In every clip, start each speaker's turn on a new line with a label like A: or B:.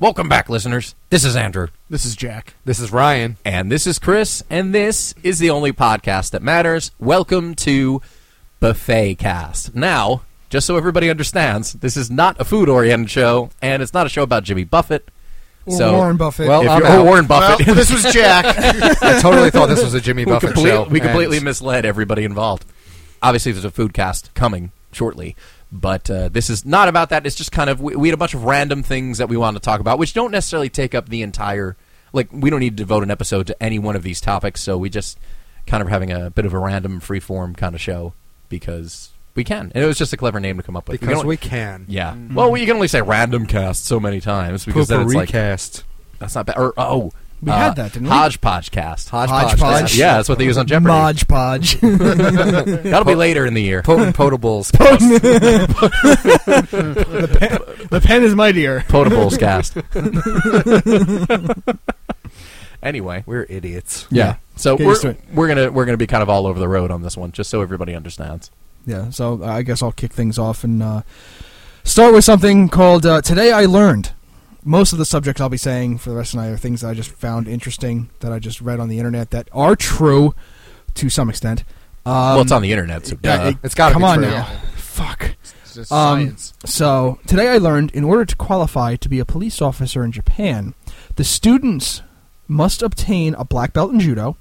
A: Welcome back, listeners. This is Andrew.
B: This is Jack.
C: This is Ryan.
A: And this is Chris. And this is the only podcast that matters. Welcome to Buffet Cast. Now, just so everybody understands, this is not a food oriented show, and it's not a show about Jimmy Buffett.
B: Or Warren Buffett.
A: Well,
B: If
A: I'm
C: you're-
A: out.
C: oh,
A: Warren
B: Well,
A: Buffett.
B: this was Jack.
C: I totally thought this was a Jimmy Buffett
A: we, complete-
C: show.
A: we completely
C: and
A: misled everybody involved. Obviously, there's a food cast coming shortly, but uh, this is not about that. It's just kind of we, we had a bunch of random things that we wanted to talk about, which don't necessarily take up the entire. Like we don't need to devote an episode to any one of these topics, so we just kind of having a bit of a random free form kind of show because we can, and it was just a clever name to come up with
C: because
A: can only-
C: we can.
A: yeah. Well, we can only say random cast so many times because then it's like
C: recast.
A: that's not bad. Or oh,
B: We had that, didn't we?
A: Hodgepodge cast.
C: Hodgepodge.
B: Hodgepodge.
A: Yeah, that's what they use on Jeopardy.
B: Modge Podge.
A: That'll be later in the year.
C: Potent potables.
B: the pen is mightier.
A: Potables cast. anyway,
C: We're idiots.
A: yeah. So
B: Get
A: we're
B: used to it.
A: we're gonna we're gonna be kind of all over the road on this one, just so everybody understands.
B: Yeah, so uh, I guess I'll kick things off and uh, start with something called uh, Today I Learned. Most of the subjects I'll be saying for the rest of the night are things that I just found interesting that I just read on the internet that are true to some extent. Um,
A: well, it's on the internet, so
B: yeah,
A: duh.
B: it-
C: It's gotta
B: come
C: be
B: on
C: true.
B: now. Fuck.
D: It's just
B: Um,
D: science.
B: So, today I learned in order to qualify to be a police officer in Japan, the students must obtain a black belt in judo.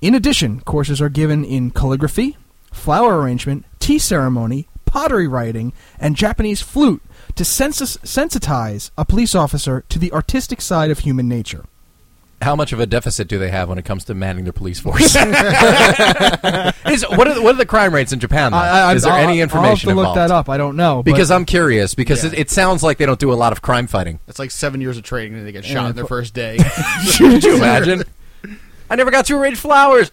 B: In addition, courses are given in calligraphy, flower arrangement, tea ceremony, pottery writing, and Japanese flute to sensis- sensitize a police officer to the artistic side of human nature.
A: How much of a deficit do they have when it comes to manning their police force? Is, what are the, what are the crime rates in Japan? like? Is there
B: I'll-
A: any
B: I'll have to
A: information
B: look
A: involved?
B: that up. I don't know but-
A: Because I'm curious. Because
D: Yeah.
A: it, it sounds like they don't do a lot of crime fighting.
D: It's like seven years of training and they get
B: Yeah,
D: shot in their
B: but-
D: first day.
A: Could you imagine? I never got to arrange flowers.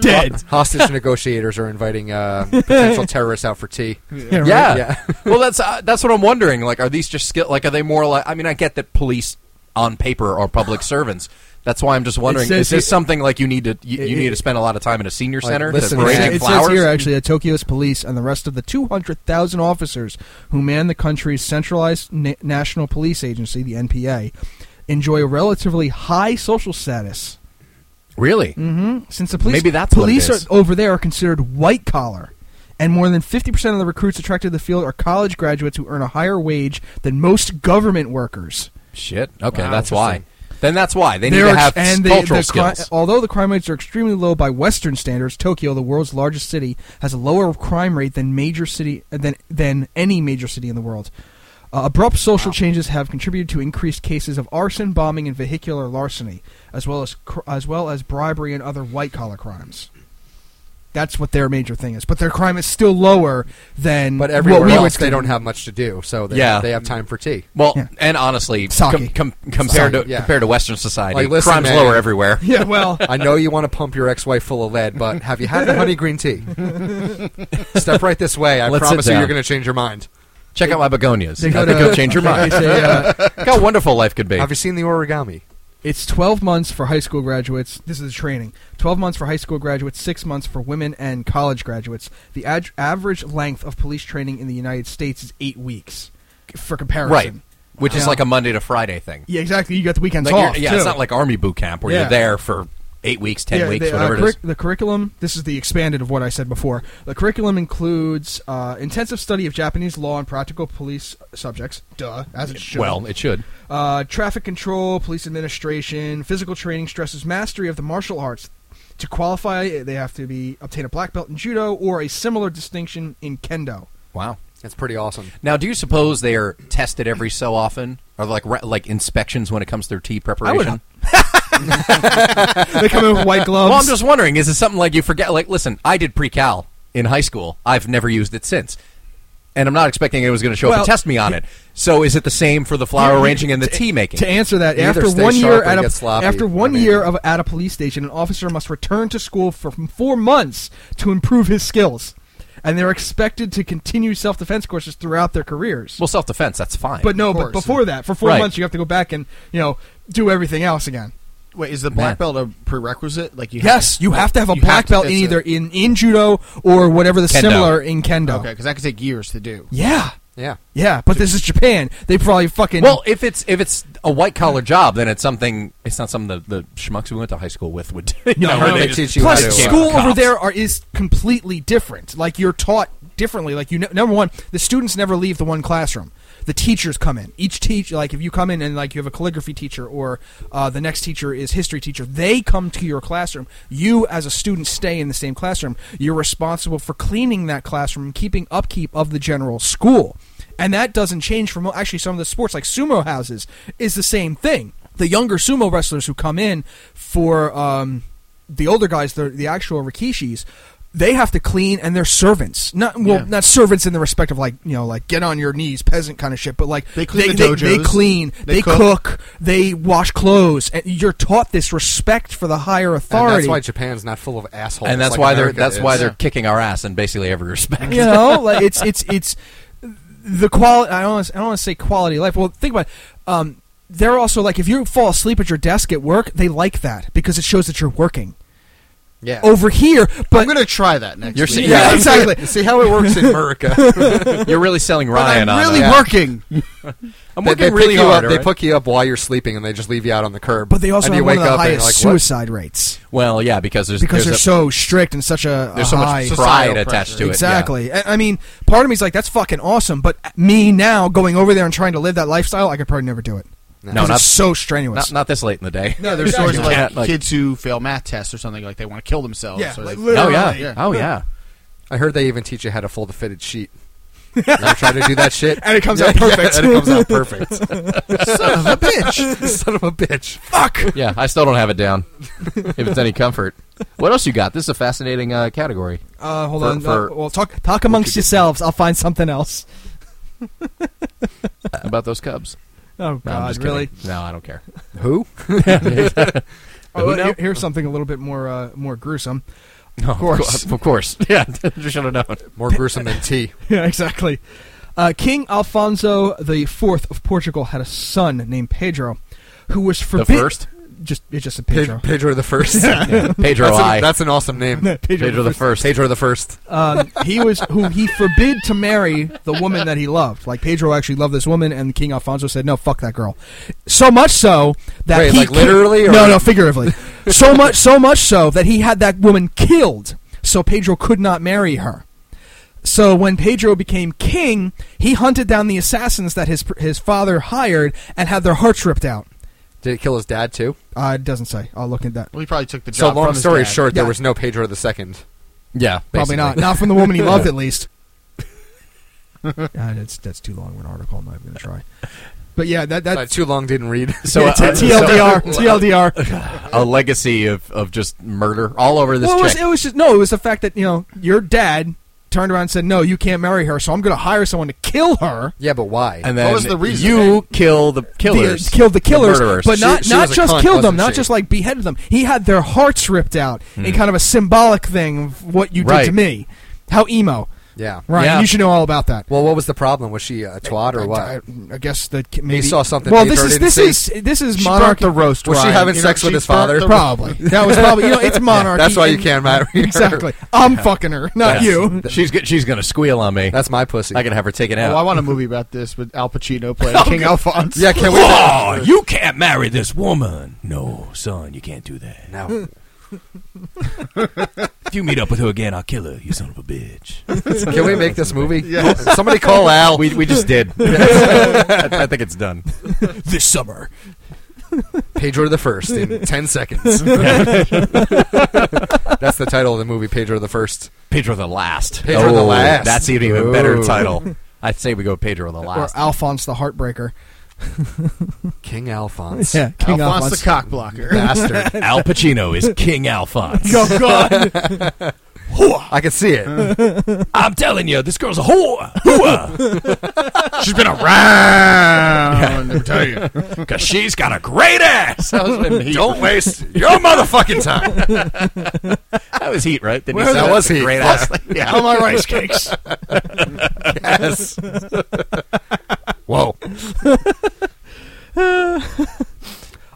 B: dead.
C: Hostage negotiators are inviting uh, potential terrorists out for tea.
B: right?
A: Yeah.
C: Yeah.
A: well, that's uh, that's what I'm wondering. Like, are these just skill? Like, are they more like? I mean, I get that police on paper are public servants. That's why I'm just wondering:
B: It says
A: is this
B: here-
A: something like you need to you,
C: It-
A: you need
C: it-
A: to spend a lot of time in a senior
C: Like,
A: center
C: listen,
A: to
C: man.
A: arranging
B: it
A: flowers?
B: says here actually that Tokyo's police and the rest of the 200,000 officers who man the country's centralized na- national police agency, the NPA, enjoy a relatively high social status.
A: really?
B: Since the police,
A: Maybe that's what it
B: police
A: is.
B: Are, over there are considered white collar, and more than 50% of the recruits attracted to the field are college graduates who earn a higher wage than most government workers.
A: Shit. Okay,
C: Wow,
A: that's why. Then that's why they need
B: There
A: to
B: are-
A: have
B: and the-
A: cultural
B: the cri-
A: skills.
B: although the crime rates are extremely low by Western standards, Tokyo, the world's largest city, has a lower crime rate than major city than than any major city in the world. Uh, abrupt social changes have contributed to increased cases of arson, bombing, and vehicular larceny, as well as cr- as well as bribery and other white collar crimes. That's what their major thing is, but their crime is still lower than
C: But
B: what
C: everywhere
B: we would
C: else, they
B: think.
C: don't have much to do, so they,
A: Yeah.
C: they have time for tea.
A: well,
B: yeah.
A: and honestly, com-
B: Sake.
A: com- compared
C: Sake,
A: to
C: yeah.
A: compared to Western society,
C: Like, listen,
A: crime's
C: man.
A: lower everywhere.
B: Yeah, well,
C: I know you want to pump your ex-wife full of lead, but have you had the honey green tea? Step right this way. I
A: Let's sit
C: promise you,
A: down.
C: you're going to change your mind.
A: Check out my begonias.
B: they
A: I
B: go
A: think
B: to-
A: you'll change your
B: they-
A: mind.
B: they say, uh,
A: Look how wonderful life could be.
C: Have you seen the origami?
B: It's 12 months for high school graduates. This is training. 12 months for high school graduates, 6 months for women and college graduates. The ad- average length of police training in the United States is 8 weeks c- for comparison.
A: Right, which is
B: Yeah.
A: like a Monday to Friday thing.
B: Yeah, exactly. You got the weekends
A: Like, you're-
B: off.
A: yeah,
B: too.
A: it's not like army boot camp where
B: Yeah.
A: you're there for eight weeks, ten
B: Yeah,
A: weeks,
B: the, uh,
A: whatever it is.
B: curric- The curriculum, this is the expanded of what I said before. The curriculum includes uh, intensive study of Japanese law and practical police uh, subjects. Duh, as it should.
A: Well, it should.
B: uh, traffic control, police administration, physical training stresses mastery of the martial arts. To qualify, they have to be obtain a black belt in judo or a similar distinction in kendo.
A: Wow.
C: That's pretty awesome.
A: Now, do you suppose they are tested every so often, or like re- like inspections when it comes to their tea preparation?
B: they come in with white gloves.
A: well, I'm just wondering, is it something like you forget? Like, listen, I did pre-cal in high school. I've never used it since. And I'm not expecting anyone's going to show up
B: Well-
A: and test me on it. So, is it the same for the flower
B: Yeah,
A: arranging and the tea making?
B: to answer that,
C: You either
B: after
C: stay
B: one
C: sharp
B: year
C: or
B: at
C: get
B: a,
C: sloppy.
B: after one
C: I mean-
B: year of, at a police station, an officer must return to school for four months to improve his skills, and they're expected to continue self defense courses throughout their careers.
A: well, self-defense, that's fine.
B: but no,
D: of
B: but
D: course.
B: before that, for four
A: Right.
B: months, you have to go back and you know do everything else again.
D: Wait, is the black
A: Man.
D: belt a prerequisite? Like you?
B: Yes, you have to have a
D: you
B: black
D: have to-
B: belt in
D: it's a-
B: either in, in judo or whatever the
A: Kendo.
B: similar in kendo.
D: Okay, because that could take years to do.
B: Yeah.
C: Yeah.
B: Yeah, but this is Japan. They probably fucking
A: Well, if it's if it's a white collar job, then it's something. It's not something the, the schmucks we went to high school with would. do, You
B: No,
A: know, where
B: no,
A: they
B: they
A: just-
C: teach you
B: Plus,
C: how to, uh,
B: school over
A: cops.
B: there are, is completely different. Like you're taught differently. Like you, ne- number one, the students never leave the one classroom. The teachers come in. Each teach, like if you come in and like you have a calligraphy teacher or uh, the next teacher is history teacher, they come to your classroom. You as a student stay in the same classroom. You're responsible for cleaning that classroom, and keeping upkeep of the general school, and that doesn't change from actually some of the sports like sumo houses is the same thing. The younger sumo wrestlers who come in for um, the older guys, the, the actual Rikishis, they have to clean and they're servants. Not well,
D: Yeah.
B: not servants in the respect of like you know like get on your knees peasant kind of shit, but like
D: They clean
B: they,
D: the
B: they,
D: dojos.
B: clean, they,
D: They
B: cook.
D: cook.
B: they wash clothes, and you're taught this respect for the higher
C: And
B: authority.
C: that's why Japan's not full of assholes.
A: and that's
C: like
A: why they're
C: America
A: that's
C: is.
A: why they're kicking our ass in basically every respect.
B: you know, like it's it's it's the quality. I don't wanna- I don't want to say quality of life. Well, think about. It. Um, they're also like if you fall asleep at your desk at work, they like that because it shows that you're working.
C: Yeah.
B: Over here,
D: I'm
B: but
D: gonna try that next.
A: You're
D: week.
A: seeing-
B: yeah, exactly.
C: See how it works in America.
A: You're really selling
D: But
A: Ryan
D: I'm
A: on.
D: really
A: it.
D: working.
A: I'm
C: they,
A: working
C: they pick
A: really
C: you
A: hard.
C: Up,
A: all
C: They
A: right?
C: pick you up while you're sleeping, and they just leave you out on the curb.
B: But they also
C: and
B: have
C: you
B: one
C: wake
B: of the
C: up and you're
B: highest
C: like, what?
B: suicide rates
A: well, yeah, because there's
B: because they're
A: there's,
B: so strict and such a,
A: a,
B: a
A: there's so
B: high-
A: much pride
D: societal
A: attached
D: pressure.
A: to it. yeah.
B: exactly. I- I mean, part of me's like, that's fucking awesome. But me now going over there and trying to live that lifestyle, I could probably never do it.
A: No,
B: 'Cause
A: not
B: it's so strenuous.
A: not not this late in the day.
D: No, there's stories of,
A: You
D: like,
A: can't, like-
D: kids who fail math tests or something like they want to kill themselves.
B: Yeah,
D: or
B: like,
D: they-
A: Oh
B: literally.
A: yeah.
D: Yeah.
A: Oh yeah.
C: I heard they even teach you how to fold a fitted sheet. I'm trying to do that shit,
B: And it comes out perfect.
C: and it comes out perfect.
B: Son of a bitch.
C: Son of a bitch.
B: Fuck.
A: Yeah, I still don't have it down. if it's any comfort. What else you got? This is a fascinating uh, category.
B: Uh, hold
A: For-
B: on.
A: for-
B: Uh, well, talk talk amongst yourselves. I'll find something else.
A: about those Cubs.
B: Oh
A: No, I'm
B: God,
A: just kidding.
B: really?
A: No, I don't care.
C: Who?
B: Oh,
A: Who now?
B: here- here's something a little bit more uh, more gruesome.
A: No, of
B: course.
A: course, of course. Yeah, you should have known.
C: More gruesome than tea.
B: yeah, exactly. Uh, King Alfonso the Fourth of Portugal had a son named Pedro, who was
A: The
B: forbidden.
A: first
B: Just it's just a
C: Pedro,
B: Pedro.
C: Pedro the First.
A: Yeah, Pedro
C: That's,
A: I.
C: an, that's an awesome name.
B: Pedro.
A: Pedro the first.
C: Pedro the First.
B: Um, he was who he forbid to marry the woman that he loved. Like Pedro actually loved this woman, and King Alfonso said, "No, fuck that girl." So much so that
C: Wait,
B: he
C: like
B: ki-
C: literally or-
B: no, no, figuratively. so much, so much so that he had that woman killed, so Pedro could not marry her. So when Pedro became king, he hunted down the assassins that his his father hired and had their hearts ripped out.
C: Did it kill his dad too?
B: Uh, it doesn't say. I'll look at that.
D: Well, he probably took the
C: So
D: job.
C: long
D: from his
C: story
D: dad.
C: short,
B: Yeah.
C: there was no Pedro the Second.
A: Yeah, basically.
B: Probably not. Not from the woman he loved, at least. Uh, that's that's too long of an article. I'm not even gonna try. But yeah, that that
C: Uh, too long didn't read.
A: So,
B: yeah,
A: uh,
B: t-
A: so-
B: TLDR, TLDR.
A: a legacy of, of just murder all over this
B: well, it was,
A: chick.
B: it was just no. It was the fact that you know your dad turned around and said, "No, you can't marry her." So I'm going to hire someone to kill her.
C: Yeah, but why?
A: and then
D: What was the reason?
A: you kill the killers,
B: The, killed the killers,
A: murderers.
B: but not
C: She- she
B: not
C: was a
B: just
C: cunt,
B: killed them,
C: wasn't
B: not
C: she?
B: just like beheaded them. He had their hearts ripped out in kind of a symbolic thing of what you did to
A: Hmm. Right.
B: me. How emo,
C: yeah.
B: Ryan?
A: Yeah.
B: You should know all about that.
C: Well, what was the problem? Was she a twat or
B: I-
C: what?
B: I, I guess that ki- maybe
C: saw something
B: Well, this
C: Pedro
B: is
C: didn't
B: this
C: see.
B: is this is
D: She burnt
B: monarchy.
D: the roast.
C: Was she
D: Ryan.
C: having
D: You
C: sex
D: know,
C: with
D: she
C: his
D: burnt
C: father?
D: the-
B: Probably that was probably you know it's monarchy.
C: That's why you
B: and-
C: can't marry. her.
B: Exactly. I'm fucking her, not
A: Yeah.
B: you.
A: She's go- she's gonna squeal on me.
C: That's my pussy.
A: I can have her taken out.
D: Oh, I want a movie about this with Al Pacino playing King Alphonse.
C: yeah, can we?
A: Whoa, you can't marry this woman. No, son, you can't do that.
C: No.
A: If you meet up with her again, I'll kill her. You son of a bitch.
C: Can we make this movie? Somebody call Al.
A: we we just did. I, I think it's done.
B: This summer.
C: Pedro the First in ten seconds. That's the title of the movie, Pedro the First.
A: Pedro the Last. Oh,
C: Pedro the Last.
A: That's an even better
C: Ooh.
A: title. I'd say we go Pedro the Last.
B: Or Alphonse the Heartbreaker.
C: King Alphonse.
B: Yeah, King
D: Alphonse
B: Alphonse.
D: the cock blocker.
C: Bastard.
A: Al Pacino is King Alphonse.
B: Oh, God.
C: I can see it.
A: I'm telling you, this girl's a whore. Hooah.
D: She's been around. Let me tell you.
A: Because she's got a great ass.
C: Don't waste your motherfucking time.
A: That was heat, right? Didn't
C: Well,
A: say
C: that was
A: a
C: Heat.
A: Great ass.
D: Yeah, all my rice cakes.
C: Yes. Whoa.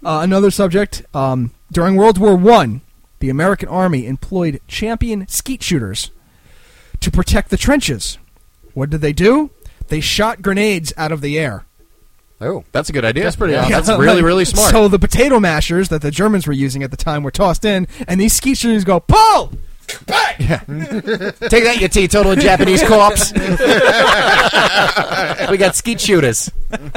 B: Uh, another subject. Um, during World War One, the American Army employed champion skeet shooters to protect the trenches. What did they do? They shot grenades out of the air.
C: Oh,
A: That's a good idea. That's
D: pretty
A: yeah,
D: awesome.
A: Oh, That's
B: Yeah,
A: really
B: like-
A: really smart.
B: So the potato mashers that the Germans were using at the time were tossed in, and these skeeters go pull.
A: Take that, you teetotal Japanese corpse. we got skeet shooters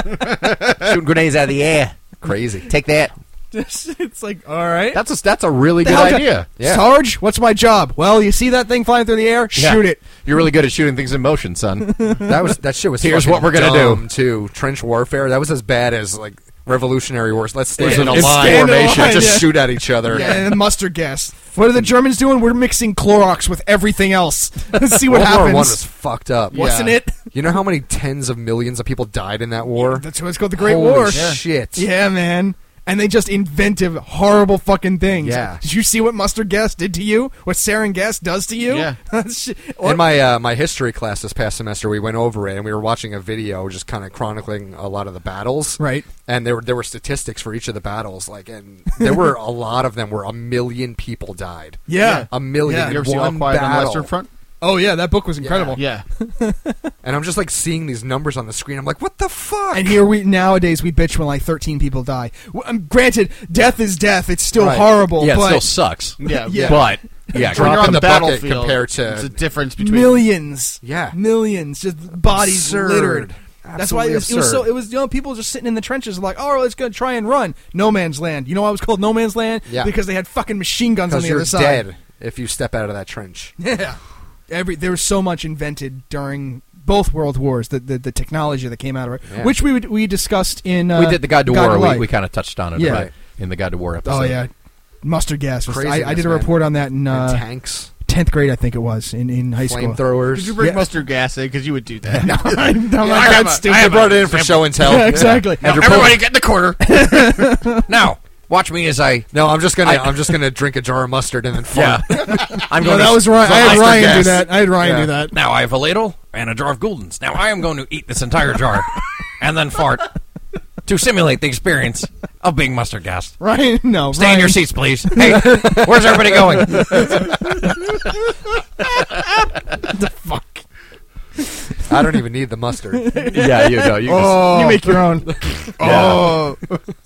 A: shooting grenades out of the air. Crazy. Take that.
B: it's like all right.
A: That's a, that's a really good
B: Hellcat-
A: idea. Yeah.
B: Sarge, what's my job? Well, you see that thing flying through the air?
A: Yeah.
B: Shoot it.
A: You're really good at shooting things in motion, son.
C: that was that shit was.
A: Here's
C: fucking
A: what we're gonna
C: dumb, Too trench warfare. That was as bad as like Revolutionary Wars. Let's stand
A: It's
C: in a
A: an-
C: line
B: stand in a
C: formation,
B: line,
C: just
B: yeah.
C: shoot at each other.
B: Yeah, and mustard gas. What are the Germans doing? We're mixing Clorox with everything else. Let's see what
C: World War
B: happens.
C: One was fucked up,
B: Wasn't
C: Yeah.
B: it?
C: You know how many tens of millions of people died in that war?
B: That's why it's called the Great
C: Holy
B: War.
C: Shit.
B: Yeah, man. And they just inventive horrible fucking things.
C: Yeah.
B: Did you see what mustard gas did to you? What sarin gas does to you?
D: Yeah.
B: Shit.
C: In my uh, my history class this past semester, we went over it and we were watching a video just kind of chronicling a lot of the battles.
B: Right.
C: And there were there were statistics for each of the battles, like and there were a lot of them where a million people died.
B: Yeah.
C: A million.
B: Yeah. You
C: in
D: You ever see All
C: one
D: Quiet on the
C: battle.
D: Western Front?
B: Oh yeah, that book was incredible.
D: Yeah.
C: And I'm just like seeing these numbers on the screen. I'm like, what the fuck?
B: And here we nowadays we bitch when like 13 people die. W- um, granted, death is death. It's still
C: Right.
B: horrible,
A: yeah, it
B: but
A: still sucks.
D: Yeah.
B: Yeah.
A: But yeah,
C: Drop
D: When you're
C: in
D: on
C: the
D: the,
C: bucket
D: battlefield
C: compared to-
D: it's a difference between
B: millions,
C: Yeah.
B: millions, just bodies
C: Absurd.
B: littered. That's why it was, it was so.
C: Absolutely
B: It was you know people just sitting in the trenches like, oh, let's go try and run. No man's land. You know why it was called no man's land?
C: Yeah.
B: Because they had fucking machine guns on
C: because
B: the
C: you're
B: other side.
C: dead if you step out of that trench.
B: Yeah. Every there was so much invented during both world wars. The the, the technology that came out of it,
C: Yeah.
B: which we would, we discussed in uh,
A: we did the God to War.
B: Life.
A: we we kind of touched on it
B: Yeah.
A: right, in the God to War episode.
B: Oh yeah, mustard gas. Was, I, I
C: Craziness,
B: did a
C: man.
B: report on that in
C: And
B: uh,
C: tanks,
B: tenth grade, I think it was in, in high school.
D: Did
C: flamethrowers.
D: you bring
B: Yeah.
D: mustard gas in? Because you would do that.
B: I'm not
D: I
B: that
D: have a-
B: stupid.
D: I
C: I
D: have
C: brought it in for show and tell.
B: Yeah, exactly.
A: And your
D: Everybody
A: pulse-
D: get in the corner.
A: Now watch me as I.
C: No, I'm just gonna
A: I-
C: I, am just gonna drink a jar of mustard and then
A: Yeah,
C: fart.
A: I'm
B: No,
A: going.
B: that
A: to,
B: was Ryan. I had
C: Mustard
B: Ryan do
C: gas.
B: that. I had Ryan
C: Yeah.
B: do that.
A: Now I have a ladle and a jar of Gouldens. Now I am going to eat this entire jar and then fart to simulate the experience of being mustard gassed.
B: Ryan, no.
A: Stay
B: Ryan,
A: in your seats, please. Hey, where's everybody going?
B: The fuck.
C: I don't even need the mustard.
A: Yeah, you know, you
B: You make your own.
A: Oh.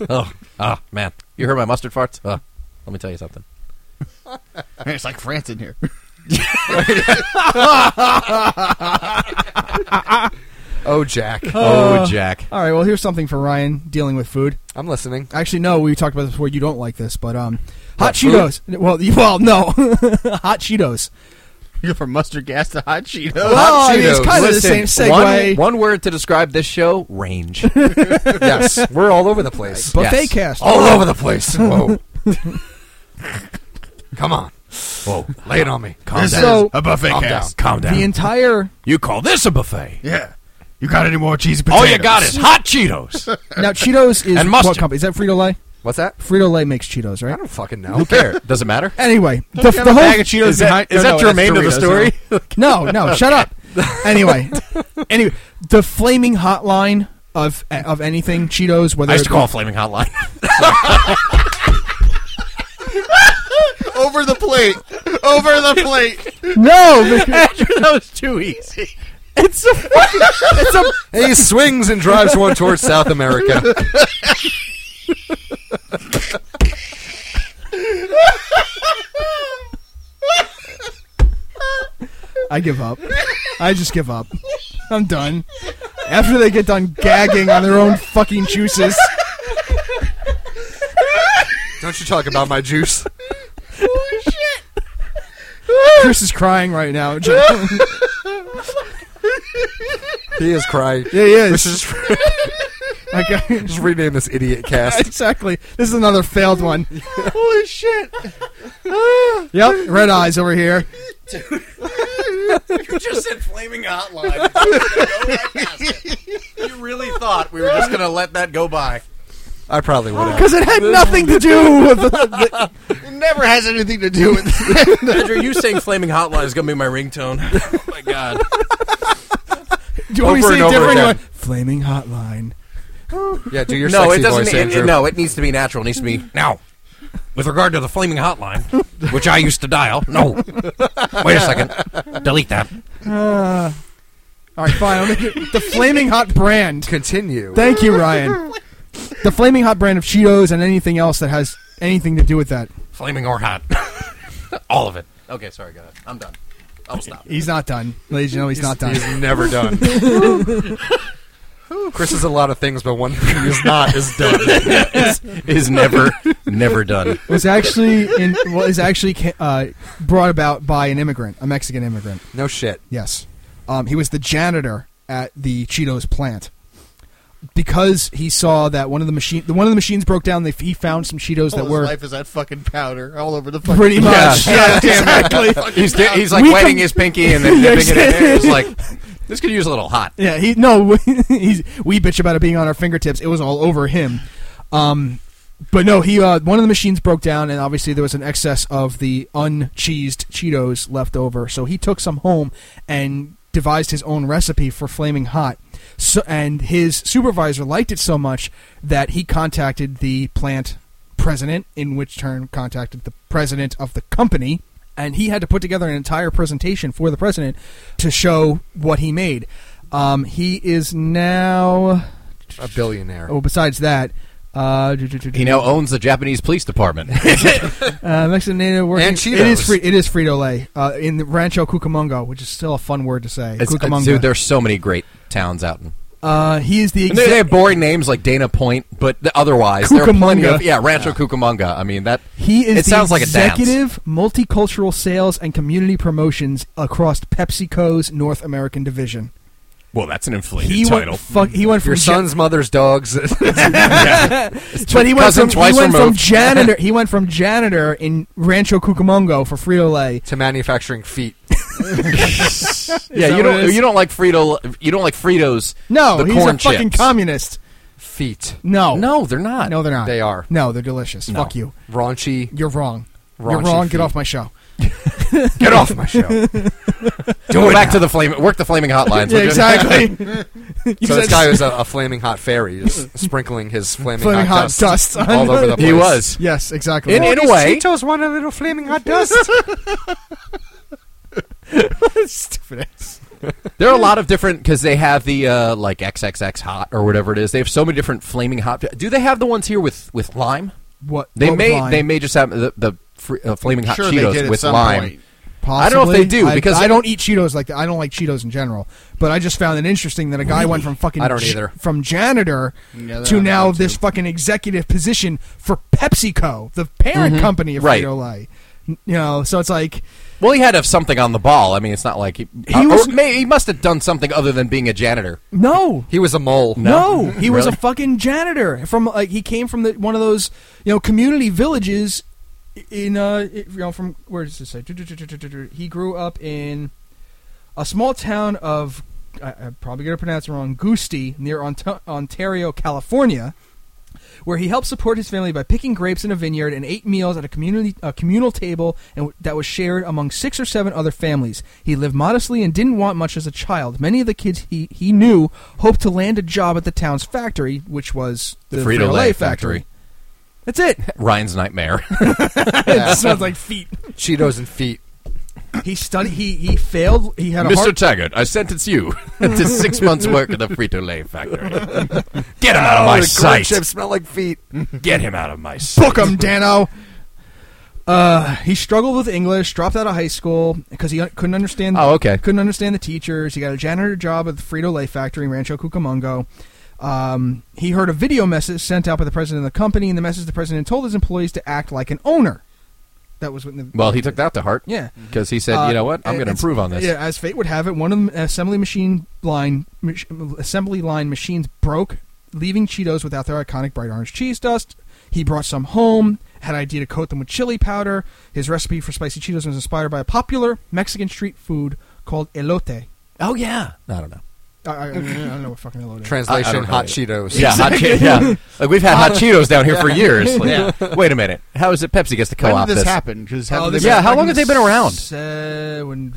A: oh, oh, man. You heard my mustard farts? Oh, let me tell you something.
D: it's like France in here.
C: Oh, Jack,
A: Oh, Jack.
B: All right. Well, here's something for Ryan dealing with food.
C: I'm listening.
B: Actually, no. We talked about this before. You don't like this, but um, hot
A: What, food?
B: Cheetos. Well, you, well, no. hot Cheetos.
D: You go from mustard gas to hot Cheetos.
B: Well, I mean, it's
C: Cheetos.
B: kind of the
A: Listen,
B: same
A: One,
B: segue.
A: one word to describe this show: range.
C: Yes, we're all over the place.
B: Buffet
A: Yes.
B: cast.
C: All over the place. Whoa. Come on,
A: Whoa,
C: lay it on me.
A: calm
D: this
A: down.
B: So-
D: is a buffet
C: Calm
D: cast.
A: calm down.
B: the entire
A: you call this a buffet?
D: Yeah. You got any more cheesy potatoes?
A: All you got is hot Cheetos.
B: now Cheetos is
A: And
B: what
A: mustard.
B: company? Is that Frito Lay?
C: What's that?
B: Frito Lay makes Cheetos,
C: I
B: right?
C: don't fucking
A: Who
C: know.
A: cares? Doesn't matter.
B: Anyway, the,
D: You have
B: the
D: a
B: whole
D: bag of Cheetos
A: Is that,
D: behind-
A: is
D: no,
A: that
D: no, that's
A: germane to the
D: Doritos,
A: story?
B: no, no, shut up. Anyway, anyway, the flaming hotline of of anything Cheetos, whether
A: I used to
B: it-
A: call Flaming Hotline.
D: Over the plate. Over the plate.
B: no,
A: that was too easy.
B: it's a it's a
C: He swings and drives one towards South America.
B: I give up. I just give up. I'm done. After they get done gagging on their own fucking juices,
C: Don't you talk about my juice?
B: Chris is crying right now. yeah,
C: He is crying.
B: he is.
C: This is
B: Okay.
C: just rename this idiot cast.
B: exactly. This is another failed one. Ah.
D: Holy shit.
B: Yep, red eyes over here.
A: You just said Flaming Hotline. you really thought we were just going to let that go by?
C: I probably would have.
B: Because it had nothing to do with the, the-
D: It never has anything to do with
A: Andrew, you saying Flaming Hotline is going to be my ringtone. Oh my god.
B: Do you want me to
C: Over
B: say it
C: and over
B: different? You
C: again.
B: want, Flaming hotline.
C: Yeah, do your
A: no,
C: sexy
A: it doesn't.
C: voice,
A: it-
C: Andrew.
A: it- no, it needs to be natural. It needs to be now. With regard to the flaming hotline, which I used to dial. No, wait a second. Delete that.
B: All right, fine. I'll make it the Flaming Hot brand.
C: Continue.
B: Thank you, Ryan. The Flaming Hot brand of Cheetos and anything else that has anything to do with that.
A: Flaming or hot. All of it. Okay, sorry, got it. I'm done. I'll stop.
B: He's not done, ladies and gentlemen. He's not done.
C: He's never done. Chris is a lot of things, but one thing he's not is done.
A: Is never, never done.
B: was actually in, was actually ca- uh, brought about by an immigrant, a Mexican immigrant.
C: No shit.
B: Yes, um, he was the janitor at the Cheetos plant because he saw that one of the machine, the one of the machines broke down. They, he found some Cheetos
D: All
B: that
E: Oh,
D: his
B: were
D: life is that fucking powder all over the fucking.
B: pretty much.
A: Yeah.
B: Yeah, exactly.
A: He's, he's like
B: We
A: wetting
B: com-
A: his pinky and then
B: Yeah,
A: dipping it in there. It's like, this could use a little hot.
B: Yeah, he no, he's, we bitch about it being on our fingertips. It was all over him. Um, but no, he uh, one of the machines broke down, and obviously there was an excess of the uncheesed Cheetos left over. So he took some home and devised his own recipe for flaming hot. So, and his supervisor liked it so much that he contacted the plant president, in which turn contacted the president of the company, and he had to put together an entire presentation for the president to show what he made. Um, he is now.
C: A billionaire.
B: Oh, besides that, uh,
A: He now owns the Japanese police department.
B: uh, Mexican native working.
C: And
B: It is
C: Cheetos.
B: free, it is Frito Lay uh, in the Rancho Cucamonga, which is still a fun word to say.
A: It's- uh,
B: Cucamonga.
A: dude, there's so many great towns out in.
B: uh, he is the
A: And they, they
B: exec-
A: have boring names like Dana Point, but th- otherwise there are plenty
B: Cucamonga.
A: of yeah Rancho Cucamonga. I mean that
B: he is
A: it sounds
B: the
A: like a dance.
B: executive multicultural sales and community promotions across PepsiCo's North American division.
A: Well, that's an inflated
B: He went fuck. He went from
C: Your
B: ja-
C: son's mother's dogs.
B: but he went
A: cousin
B: from
A: twice
B: he went from
A: removed.
B: janitor. he went from janitor in Rancho Cucamonga for Frito Lay
C: to manufacturing feet.
A: yeah,
B: that
A: you
B: what it
A: don't
B: is?
A: you don't like Frito you don't like Fritos.
B: No,
A: the
B: he's
A: corn
B: a fucking
A: chips.
B: communist.
C: Feet.
B: No,
A: No, they're not.
B: no, they're not.
C: They are.
B: No, they're delicious.
A: No.
B: Fuck you.
C: Raunchy.
B: You're wrong. You're
C: Raunchy
B: wrong.
C: feet.
B: Get off my show.
C: Get off my show.
A: Go back to the flame. Work the flaming hotlines.
B: yeah,
A: would you?
B: exactly. You
C: So
B: said
C: this guy was a, a flaming hot fairy, just sprinkling his flaming,
B: flaming hot
C: dust,
B: dust on-
C: all over the place.
A: He was.
B: Yes, exactly.
A: In, in a way,
C: Cheetos want a little flaming hot dust.
B: Stupid ass.
A: there are a lot of different because they have the uh, like XXX hot or whatever it is. They have so many different flaming hot. Do they have the ones here with with lime?
B: What
A: They
B: what
A: may
B: line?
A: they may just have the, the fr- uh, flaming hot
D: Sure, they did
A: Cheetos
D: at
A: with
D: some
A: lime.
D: point.
A: I don't know if they do,
B: I-
A: because-
B: I don't eat Cheetos like that. I don't like Cheetos in general. But I just found it interesting that a guy went from fucking
C: I don't
B: j-
C: either.
B: from janitor
D: Yeah, they're
B: to
D: not
B: now
D: mine,
B: this
D: too.
B: fucking executive position for PepsiCo, the parent company of
A: Mm-hmm. Right.
B: Frito Lay. You know, so it's like
A: Well, he had to have something on the ball. I mean, it's not like he
B: He
A: or
B: was-
A: may, he must have done something other than being a janitor.
B: no,
C: He was a mole.
B: No, he was a
A: Really?
B: fucking janitor from like he came from the, one of those you know community villages in uh you know from where does it say he grew up in a small town of I, I'm probably gonna pronounce it wrong Goosti near Ont- Ontario, California, where he helped support his family by picking grapes in a vineyard and ate meals at a community a communal table and w- that was shared among six or seven other families. He lived modestly and didn't want much as a child. Many of the kids he, he knew hoped to land a job at the town's factory, which was the,
A: Frito-Lay
B: Frito-Lay
A: factory.
B: That's it.
A: Ryan's nightmare.
B: it sounds like feet.
C: Cheetos and feet. he
B: Study. He he failed. He had a hard.
A: Taggart, I sentence you to six months' work at the Frito Lay factory. Get him out
B: Oh,
A: of my sight.
C: Chips smell like feet.
A: Get him out of my sight.
B: Book him, Dano. Uh, he struggled with English, dropped out of high school because he un- couldn't understand.
A: Oh, okay.
B: Couldn't understand the teachers. He got a janitor job at the Frito Lay factory in Rancho Cucamonga. Um, he heard a video message sent out by the president of the company, and the message the president told his employees to act like an owner. That was what. The,
A: Well, he took that to heart.
B: Yeah.
A: because he said,
B: Uh,
A: "You know what? I'm
B: and
A: going to
B: it's-
A: improve on this."
B: Yeah, as fate would have it, one of the assembly machine line mach- assembly line machines broke, leaving Cheetos without their iconic bright orange cheese dust. He brought some home, had idea to coat them with chili powder. His recipe for spicy Cheetos was inspired by a popular Mexican street food called elote.
A: Oh yeah. I don't know.
B: I, I, I don't know what fucking elote.
A: I-
B: is.
A: I
C: Translation:
A: don't
C: Hot
A: know.
C: Cheetos.
A: Yeah, hot che- yeah. Like we've had hot Cheetos down here for years. Like, Wait a minute. How is it Pepsi gets to
D: When
A: co-op
D: did this happen? 'Cause haven't
B: Oh,
D: they
B: this
D: been-
A: Yeah,
B: is
A: how
B: back
A: long
B: in
A: have
B: the
A: they been around?
B: seven-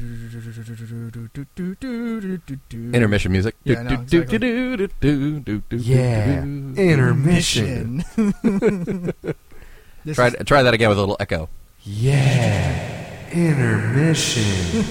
A: Mm-hmm. Intermission music.
B: Yeah, no,
A: Do- do-
B: exactly.
A: do- do- do- do- do-
C: Yeah.
A: do- do.
C: Intermission.
B: This
A: Try
B: is-
A: try that again with a little echo.
C: Yeah. Intermission.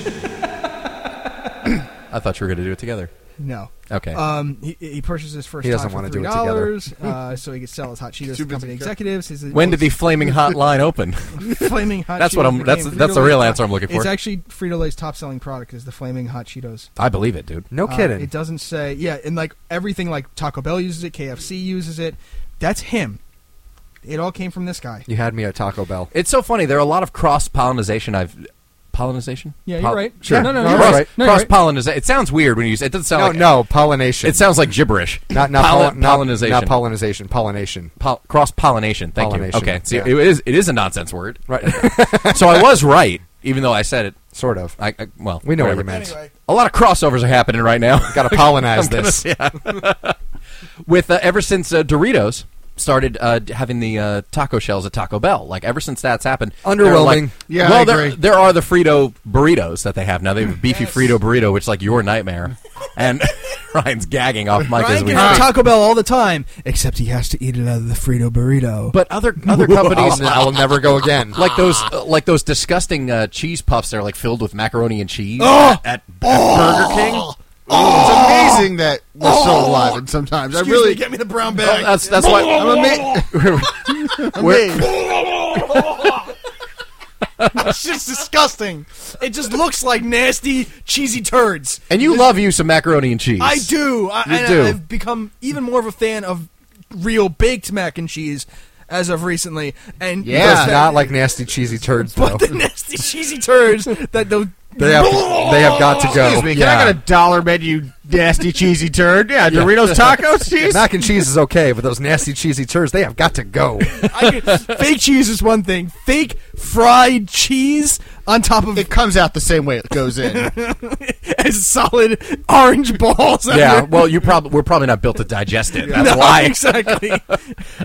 A: I thought you were going to do it together.
B: no.
A: Okay.
C: Uh,
B: Um, he, he purchased his first
C: He doesn't
B: time for
C: wanna
B: three
C: do it together.
B: dollars, uh, so he could sell his hot Cheetos to
D: Too busy
B: company
D: to care.
B: executives. His
A: when did the flaming hot line open?
B: flaming hot?
A: That's
B: Cheetos
A: what I'm. That's
B: became
A: that's the real
B: Frito-Lay.
A: answer I'm looking
B: It's
A: for.
B: actually Frito Lay's top selling product is the flaming hot Cheetos.
A: I believe it, dude.
C: No
B: Uh,
C: kidding.
B: it doesn't say yeah, and like everything like Taco Bell uses it, KFC uses it. That's him. It all came from this guy.
C: you had me at Taco Bell.
A: It's so funny. There are a lot of cross pollination. I've pollinization.
B: Yeah,
A: Pol-
B: you're right.
A: Sure.
B: Yeah, no, no,
C: No,
B: you're
A: cross,
B: right. No, you're
A: cross
B: right.
A: pollinization. It sounds weird when you say it. Doesn't sound
C: No,
A: like
C: no, pollination.
A: It sounds like gibberish.
C: not not
A: Pol-
C: polli- not-
A: pollinization.
C: Not pollinization. Pollination.
A: cross pollination. Thank
C: Pollination,
A: you. Okay. See,
C: yeah.
A: it is it is a nonsense word.
C: Right.
A: so I was right, even though I said it.
C: sort of.
A: I, I well,
C: We know what you
A: whatever.
C: meant.
D: Anyway.
A: A lot of crossovers are happening right now.
C: Got to pollinize this.
A: With uh, ever since uh, Doritos started uh, d- having the uh, taco shells at Taco Bell, like ever since that's happened, they're
C: Underwhelming.
A: like-
D: Yeah,
A: well,
D: I
A: there
D: agree.
A: there are the Frito burritos that they have now. They have a beefy
D: Yes.
A: Frito burrito, which is like your nightmare. and Ryan's gagging off Mike as
B: Ryan
A: we
B: gets
A: speak.
B: to Taco Bell all the time, except he has to eat it out of the Frito burrito.
A: But other other
C: I'll,
A: companies,
C: ne- I'll never go again.
A: like those uh, like those disgusting uh, cheese puffs that are like filled with macaroni and cheese
B: Oh!
A: at, at Burger King.
D: Oh, It's amazing that we're still alive. And sometimes I really
B: get me the brown
A: Oh, that's that's why
D: I'm ama- amazed.
B: It's just disgusting. It just looks like nasty, cheesy turds.
A: And you love you some macaroni and cheese.
B: I do. I,
A: You
B: and
A: do.
B: I've become even more of a fan of real baked mac and cheese as of recently. And
C: It does not like nasty cheesy turds though.
B: but the nasty, cheesy turds that those.
C: they have they have got to go.
D: Excuse me, can I get a dollar menu, nasty cheesy turd? Yeah, Doritos tacos, cheese.
C: Mac and cheese is okay, but those nasty cheesy turds they have got to go.
B: I could, fake cheese is one thing. Fake fried cheese on top of
D: It comes out the same way it goes in.
B: as solid orange balls.
A: Yeah, well, you probably we're probably not built to digest it. That's
B: No,
A: why
B: exactly.
A: I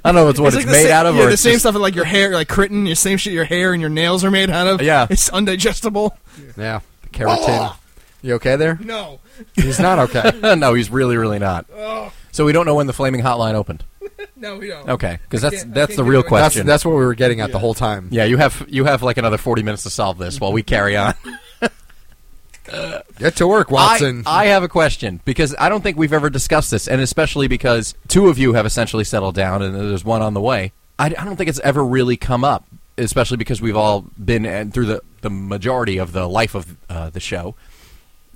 A: don't know if it's what it's,
B: like the
A: made
B: same-
A: out of
B: Yeah,
A: or
B: the
A: it's
B: same
A: just-
B: stuff that, like your hair, like keratin, the same shit your hair and your nails are made out of.
A: Yeah.
B: it's undigestible.
C: Yeah, the
B: oh!
C: keratin. You okay there?
B: No,
C: He's not okay.
A: no, he's really, really not. So we don't know when the flaming hotline opened.
B: no, we don't.
A: Okay, because that's
B: can't- I
A: that's
B: can't
A: the
B: get
A: real
B: to it. That's-
C: That's
A: question.
C: that's what we were getting at the whole time.
A: yeah, you have you have like another forty minutes to solve this while we carry on.
C: Get to work, Watson.
A: I, I have a question because I don't think we've ever discussed this, and especially because two of you have essentially settled down, and there's one on the way. I, I don't think it's ever really come up, especially because we've all been and through the the majority of the life of uh, the show.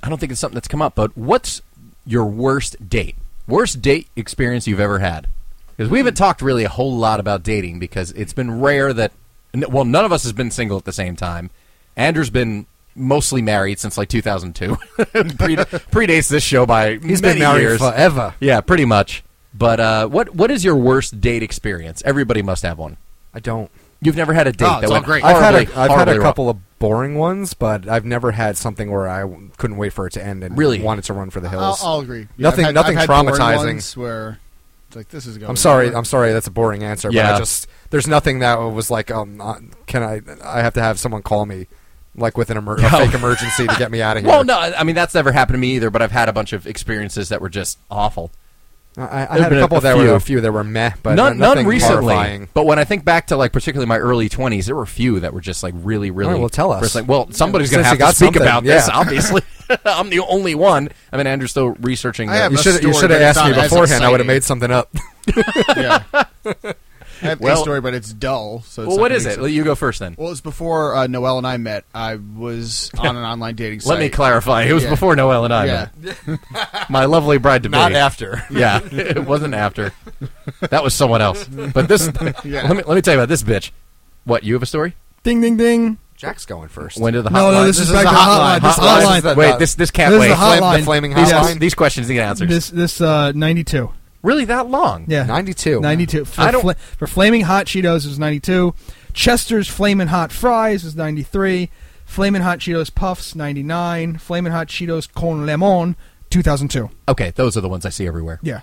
A: I don't think it's something that's come up. But what's your worst date? Worst date experience you've ever had? Because we haven't talked really a whole lot about dating because it's been rare that n- well, none of us has been single at the same time. Andrew's been mostly married since like 2002. Pre- predates this show by
C: He's
A: many
C: been married
A: years.
C: forever.
A: Yeah, pretty much. But uh, what what is your worst date experience? Everybody must have one.
C: I don't.
A: You've never had a date
D: Oh,
A: that
D: it's all
A: went
D: great.
A: horribly,
C: I've had a, I've had
A: horribly
C: a
A: wrong.
C: couple of boring ones, but I've never had something where I w- couldn't wait for it to end and
A: Really?
C: wanted to run for the
D: I'll,
C: hills.
D: I'll agree.
C: Nothing-
D: I've had-
C: nothing
D: I've had boring
C: traumatizing.
D: ones Where it's like this is going.
C: I'm sorry.
D: nowhere.
C: I'm sorry. That's a boring answer. But
A: Yeah.
C: I just there's nothing that was like, um, uh, can I? I have to have someone call me, like with an emer- a fake emergency to get me out of here.
A: Well, no, I I mean that's never happened to me either. But I've had a bunch of experiences that were just awful.
C: I, I
A: There's
C: had
A: been
C: a
A: a-
C: couple
A: a
C: that
A: few.
C: were a few that were meh,
A: none,
C: but no-
A: none
C: nothing
A: recently.
C: horrifying.
A: But when I think back to like particularly my early twenties, there were a few that were just like really, really.
C: All right, well, tell us.
A: where it's like, well, somebody's going
C: Since
A: to have to
C: you got
A: speak
C: something,
A: about this.
C: yeah.
A: Obviously, I'm the only one. I mean, Andrew's still researching.
D: I
A: the-
D: have
C: You
D: a
C: should you
D: story,
C: should
D: but
C: have
D: it's
C: asked me
D: not as
C: beforehand. I would
D: exciting.
C: have made something up.
D: yeah. I have
A: Well-
D: a story, but it's dull. So it's
A: well,
D: not
A: what
D: gonna
A: is
D: be
A: it?
D: exciting.
A: You go first, then.
D: Well, it's before uh, Noel and I met. I was on an online dating site.
A: Let me clarify. It was
D: Yeah.
A: before Noel and I
D: Yeah.
A: met. My lovely bride to be.
C: Not after.
A: Yeah, it wasn't after. That was someone else. But this.
D: Yeah.
A: Let me let me tell you about this bitch. What you have a story?
B: Ding ding ding.
C: Jack's going first.
A: When did the
B: No,
A: hotline?
B: no, this, is
D: is
B: back
D: the
B: to the
D: hotline.
B: hotline. This
C: Hotline is
B: hotline.
C: the-
A: Wait, this this can't
B: This is
A: wait.
B: the
C: Flam- the
B: hotline.
C: flaming
A: These,
C: hotline.
A: these questions need answers.
B: This this uh, ninety two.
A: really that long?
B: Yeah,
C: Ninety two.
B: ninety two. For,
A: I don't-
B: fla- for flaming hot Cheetos was ninety two. Chester's flaming hot fries was ninety three. Flaming hot Cheetos puffs ninety nine. Flaming hot Cheetos con lemon two thousand two.
A: Okay, those are the ones I see everywhere.
B: Yeah.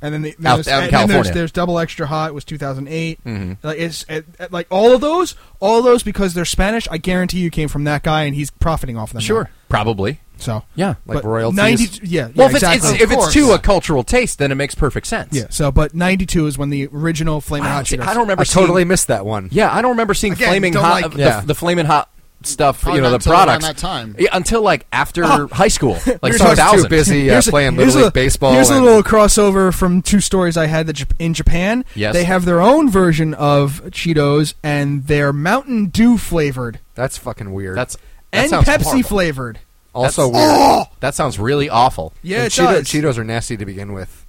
B: And then the,
A: Out-
B: there's,
A: out in
B: and then there's,
A: California. Mm-hmm.
B: there's double extra hot was 2008. Like it's it, it- like all of those, all of those because they're Spanish. I guarantee you came from that guy, and he's profiting off them. now.
A: Sure, probably.
B: So
A: Yeah.
C: Like
B: but
C: royalties?
B: 90, yeah. yeah,
A: well, if
B: exactly.
A: it's, it's if
B: Of
A: it's uh,
B: course.
A: to a cultural taste, then it makes perfect sense.
B: yeah. So, but 92 is when the original Flamin'
A: I
B: Hot
A: don't, see-
B: Cheetos.
A: I don't remember.
C: I totally
A: Seeing,
C: missed that one.
A: yeah, I don't remember seeing
D: Again,
A: flaming
D: don't
A: hot.
D: like-
A: the,
C: Yeah.
A: the flaming hot stuff,
E: Probably
A: you know,
E: not
A: the
E: until around
A: products
E: that time.
A: Yeah, until like after high school, like
C: So I was
A: 2000.
C: too busy uh,
B: Here's a-
C: playing
B: here's
C: Little
B: a,
C: League Baseball.
B: Here's a
C: and-
B: little crossover from two stories I had that Jap- in Japan.
A: Yes.
B: They have their own version of Cheetos, and they're Mountain Dew flavored
C: That's fucking weird.
A: That's that
B: and
A: sounds
B: Pepsi
A: horrible.
B: flavored.
C: also
A: that's- Oh!
C: weird.
A: That sounds really awful.
B: Yeah,
C: And
B: it
C: Cheeto-
B: does.
C: Cheetos are nasty to begin with.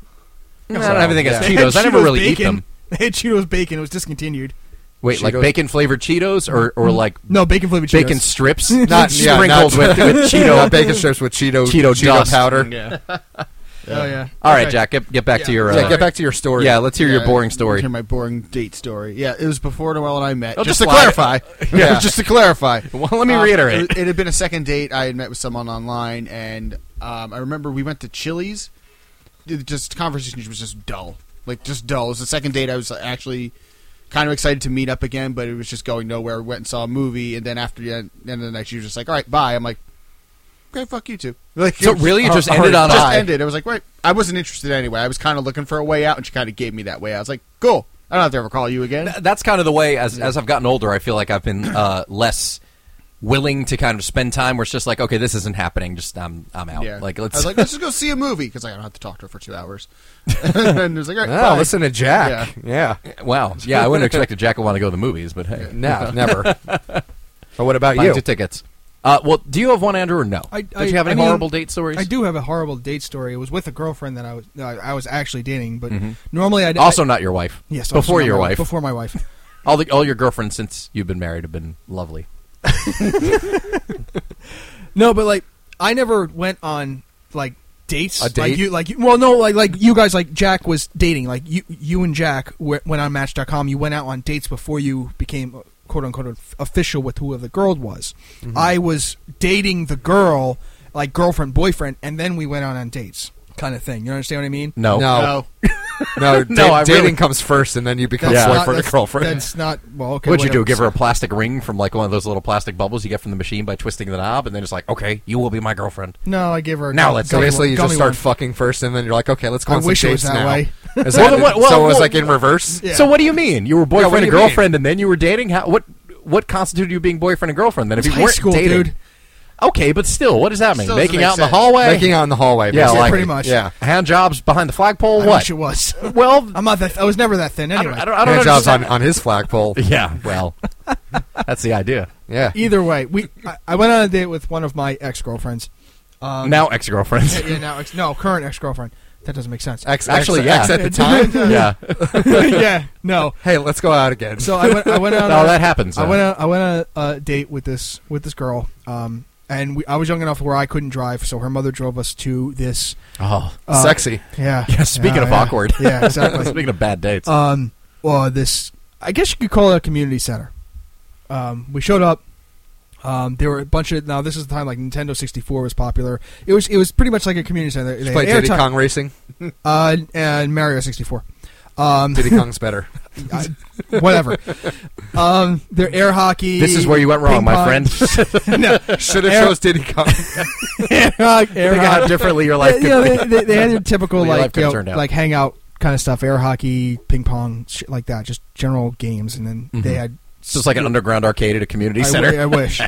A: I don't have anything
B: They
A: against
B: had
A: Cheetos. I never really eat
B: bacon.
A: them.
B: They had Cheetos bacon. It was discontinued.
A: Wait, like
C: Cheetos-
A: bacon flavored Cheetos or or like
B: No bacon flavored
A: bacon
B: Cheetos.
A: strips,
C: Not yeah,
A: sprinkled
C: not-
A: with, with
C: not
A: Cheeto.
C: bacon strips with Cheeto
A: Cheeto dust.
C: powder.
E: Yeah.
B: Oh yeah.
A: All right,
B: Okay.
A: Jack, get, get back to
B: Yeah.
A: your. Uh,
C: Yeah, get back to your story.
A: yeah, let's hear your
E: Yeah,
A: boring
E: Hear
A: story.
E: my boring date story. Yeah, it was before Noel and I met.
A: Oh,
E: just,
A: just
E: to
A: lie.
E: clarify. just to clarify.
A: Well, let me
E: Um,
A: reiterate.
E: It, it had been a second date. I had met with someone online, and um, I remember we went to Chili's. It just conversation was just dull, like just dull. It was the second date. I was actually kind of excited to meet up again, but it was just going nowhere. Went and saw a movie, and then after the end end of the night, she was just like, "All right, bye." I'm like, "Okay, fuck you too." Like,
A: So
E: it was-
A: really, it
E: uh,
A: just
E: uh,
A: ended on
E: just
A: a-
E: ended. I was like, "Wait, I wasn't interested anyway. I was kind of looking for a way out, and she kind of gave me that way. I was like, "Cool." I don't have to ever call you again.
A: That's kind of the way as as I've gotten older, I feel like I've been uh, less willing to kind of spend time where it's just like, okay, this isn't happening. Just I'm I'm out. Like let's
E: I was like, let's just go see a movie because I don't have to talk to her for two hours. and it was like, all right,
C: Yeah,
E: bye.
C: listen to Jack. Yeah.
A: Wow. Yeah, I wouldn't expect a Jack would want to go to the movies, but hey,
C: No, never. But what about
A: buy
C: you?
A: two tickets. Uh, well, do you have one, Andrew, or no?
B: I-
A: Did
B: I-
A: you have
B: I
A: any
B: mean,
A: horrible date stories?
B: I do have a horrible date story. It was with a girlfriend that I was that I I was actually dating, but normally I
A: Mm-hmm. Also, not your wife.
B: yes also
A: before
B: not
A: your
B: my-
A: wife.
B: before my wife.
A: All the all your girlfriends since you've been married have been lovely.
B: No, but like I never went on like dates.
C: A date?
B: Like you like you, well no like like you guys like Jack was dating like you you and Jack went went on match.com you went out on dates before you became quote unquote official with whoever the girl was.
A: Mm-hmm.
B: I was dating the girl like girlfriend boyfriend and then we went out on dates kind of thing. You understand what I mean?
A: No.
C: No,
E: No,
C: no, da-
A: No, I
C: dating
A: really-
C: comes first, and then you become
A: Yeah.
C: boyfriend or
B: that's-
C: girlfriend.
B: That's not well okay.
A: What'd you do?
B: whatever.
A: Give her a plastic ring from like one of those little plastic bubbles you get from the machine by twisting the knob, and then it's like, okay, you will be my girlfriend.
B: No, I gave her a
A: Now
B: gummy-
A: let's-
C: so
B: gummy
C: basically,
B: one-
C: you
B: gummy
C: just start
B: one.
C: fucking first, and then you're like, okay, let's go
B: I
C: on some
B: wish it was
C: dates
B: that
C: now.
B: way.
C: Is
A: Well,
C: that-
A: then what- well,
C: so it was
A: well-
C: like in reverse.
B: Yeah.
A: So what do you mean? You were boyfriend
C: what do
A: and
C: you mean?
A: girlfriend, and then you were dating. How, what what constituted you being boyfriend and girlfriend? Then if
B: It's
A: you
B: high
A: weren't
B: school,
A: dating,
B: dude.
A: okay, but still, what does that mean?
E: Still doesn't
A: Making
E: make
A: out in
E: sense.
A: the hallway,
C: Making out in the hallway.
A: Yeah,
C: basically.
A: like-
B: pretty much.
C: Yeah,
A: hand jobs behind the flagpole.
B: I
A: what?
B: wish it was.
A: Well,
B: I'm not that I was never that thin
A: I
B: anyway.
A: don't, I don't, I don't
C: hand jobs on,
A: understand.
C: on his flagpole.
A: Yeah, well, that's the idea.
C: Yeah,
B: either way, we I, I went on a date with one of my ex girlfriends. Um,
A: Now ex girlfriends.
B: yeah, yeah, now ex, no current ex girlfriend. That doesn't make sense.
C: Ex-
A: Actually,
C: ex-
A: yeah.
C: ex at the time.
A: yeah.
B: yeah, no.
C: Hey, let's go out again.
B: So I went. I went on.
A: No,
B: a,
A: that happens.
B: I
A: uh,
B: went. On, I went on a, a date with this with this girl. Um, and we, I was young enough where I couldn't drive, so her mother drove us to this.
A: oh,
B: Uh,
C: Sexy.
B: Yeah.
A: Yeah, speaking
B: Yeah,
A: of
B: yeah.
A: awkward.
B: Yeah. Exactly.
A: Oh, speaking of bad dates.
B: um. Well, this. I guess you could call it a community center. Um, we showed up. Um, there were a bunch of now. This is the time like Nintendo sixty four was popular. It was it was pretty much like a community center. They
C: Did you play
B: had
C: Diddy
B: airtime-
C: Kong Racing?
B: uh, and Mario 64. Um,
C: Diddy Kong's better.
B: I- whatever. Um, their air hockey.
A: this is where you went wrong,
B: ping
A: my
B: pong.
A: friend.
B: no,
C: Should have
B: Air-
C: chose Diddy Kong.
B: air ho- air
A: Think
B: hockey.
A: how differently your life
B: They,
A: could
B: you know,
A: be.
B: they, they, they had their typical
A: Your life
B: like
A: could've
B: you know,
A: turned out.
B: like hangout kind of stuff, air hockey, ping pong, shit like that, just general games. And then
A: Mhm.
B: they had
A: It's just like an underground arcade at a community
B: I
A: center.
B: wi- I wish.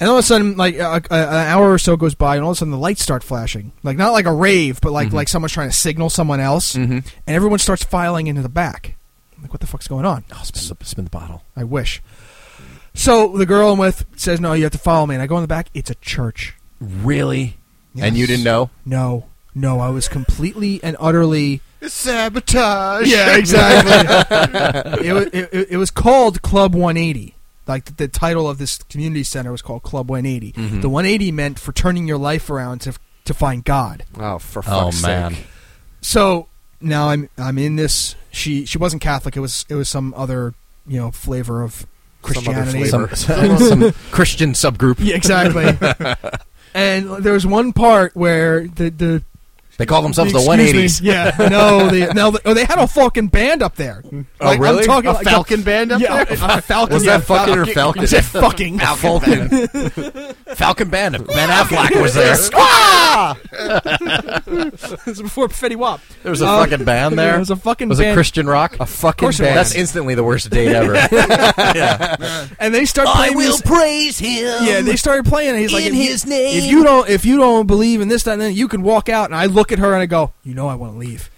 B: And all of a sudden, like a, a, an hour or so goes by, and all of a sudden the lights start flashing. Like not like a rave, but like
A: Mm-hmm.
B: like someone's trying to signal someone else, and everyone starts filing into the back. I'm like, what the fuck's going on?
A: Oh, spin, the, spin the bottle.
B: I wish. So the girl I'm with says, "No, you have to follow me." And I go in the back. It's a church.
A: Really? And you
B: Yes.
A: didn't know?
B: No, no, I was completely and utterly.
E: It's sabotage.
B: exactly. it, wa- it, it, it was called Club 180. Like the, the title of this community center was called Club 180.
C: Mm-hmm.
B: The 180 meant for turning your life around to to find God.
C: Oh, for
A: Oh,
C: fuck's
A: man.
C: sake.
B: So now I'm I'm in this. She she wasn't Catholic. It was it was some other you know flavor of
C: Some other
B: Christianity.
C: flavor.
A: Some, some Christian subgroup.
B: Yeah, exactly. and there was one part where the the
A: They call themselves the
B: Excuse
A: 180s.
B: me. Yeah, no, they, no, they, oh, they had a fucking band up there.
A: Oh,
B: Like,
A: really?
B: I'm talking
E: a
B: like
E: Falcon band up
B: yeah,
E: there.
B: a Falcon.
C: Was
B: yeah,
C: that fucking or Falcon?
B: I said fucking.
A: Falcon. Falcon Band. Ben Affleck was there.
B: Ah! It's before Fetty Wap.
A: There was a
B: Um,
A: fucking band there.
B: There was a fucking
A: Was it
B: band.
A: Christian rock?
C: A fucking
B: course it
C: band.
A: That's instantly the worst date ever.
B: and they start playing this-
A: praise him.
B: Yeah, they started playing. And he's like,
A: in
B: if you-
A: his name.
B: If you don't, if you don't believe in this, that, and then you can walk out. And I look at her and I go, you know, I want to leave.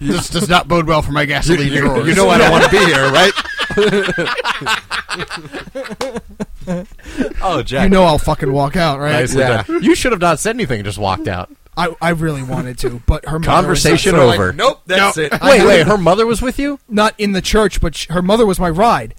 E: This does not bode well for my gasoline drawers.
C: you know I don't want to be here, right?
A: oh, Jack.
B: You know, I'll fucking walk out, right?
A: Nicely
C: Yeah.
A: done. You should have not said anything and just walked out.
B: I, I really wanted to, but her mother was not-
A: Conversation
C: Sort of
A: over.
C: Like, nope, that's it.
A: Wait, wait. Her mother was with you?
B: not in the church, but sh- her mother was my ride.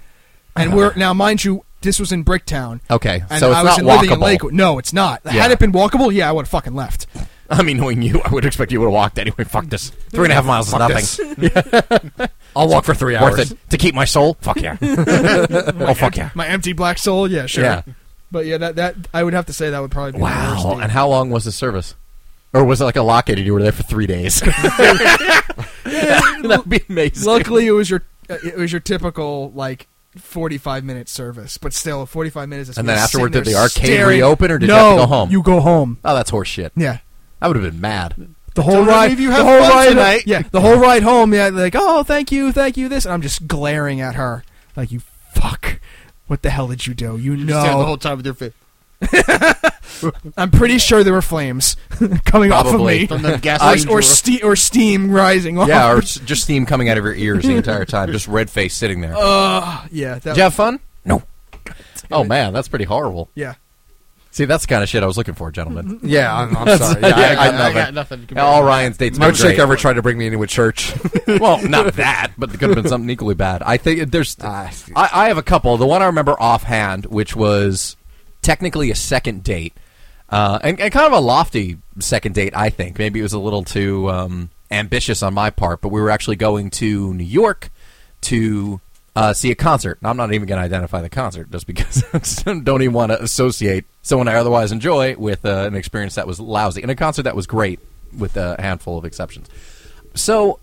A: Uh-huh.
B: And we're now, mind you, this was in Bricktown.
A: Okay,
B: and
A: so it's
B: I was
A: not
B: in- living in
A: walkable.
B: Lakewood. No, it's not.
A: Yeah.
B: Had it been walkable, yeah, I would have fucking left.
A: I mean, knowing you, I would expect you would have walked anyway. Fuck this. Three and a half miles is nothing.
C: I'll walk for three hours.
A: Worth it to keep my soul. Fuck yeah. oh fuck yeah.
B: My empty black soul, yeah, sure.
A: Yeah.
B: But yeah, that that I would have to say that would probably be The
A: Wow.
B: worst
A: And how long was the service? Or was it like a locket and you were there for three days? That'd be
B: date.
A: amazing.
B: Luckily, it was your uh, it was your typical like. 45 minute service, but still 45 minutes. is
A: And then
B: me
A: afterward,
B: sitting
A: did
B: there
A: the arcade
B: staring.
A: reopen, or did you
B: no,
A: have to go home?
B: You go home.
A: Oh, that's horseshit.
B: Yeah.
A: I would have been mad.
B: The whole
E: Don't
B: ride,
E: leave you
B: the
E: have
B: whole
E: fun
B: ride,
E: tonight.
B: yeah, the whole ride home. Yeah, like, oh, thank you, thank you, this, and I'm just glaring at her, like, you fuck, what the hell did you do? You
E: Just stand the whole
B: know,
E: time with your face
B: I'm pretty sure there were flames coming
A: Probably.
B: off of
E: from
B: me,
E: the gasoline
B: or,
E: drawer.
B: or, ste- or steam rising. off.
A: Yeah, or s- just steam coming out of your ears the entire time, just red face sitting there.
B: uh, yeah, that,
A: Did you have fun? No. Oh man, that's pretty horrible.
B: yeah.
A: See, that's the kind of shit I was looking for, gentlemen.
C: Yeah, I'm, I'm sorry. Yeah,
E: I,
C: I,
E: got,
C: I,
E: I got nothing.
A: Yeah, All Ryan's dates.
C: my
A: have been
C: chick
A: great.
C: ever tried to bring me into a church.
A: well, not that, but it could have been something equally bad. I think there's.
C: Ah,
A: I, I have a couple. The one I remember offhand, which was technically a second date, uh, and, and kind of a lofty second date. I think maybe it was a little too um, ambitious on my part, but we were actually going to New York to. Uh, see a concert. Now, I'm not even going to identify the concert just because I just don't even want to associate someone I otherwise enjoy with uh, an experience that was lousy and a concert that was great with a handful of exceptions. So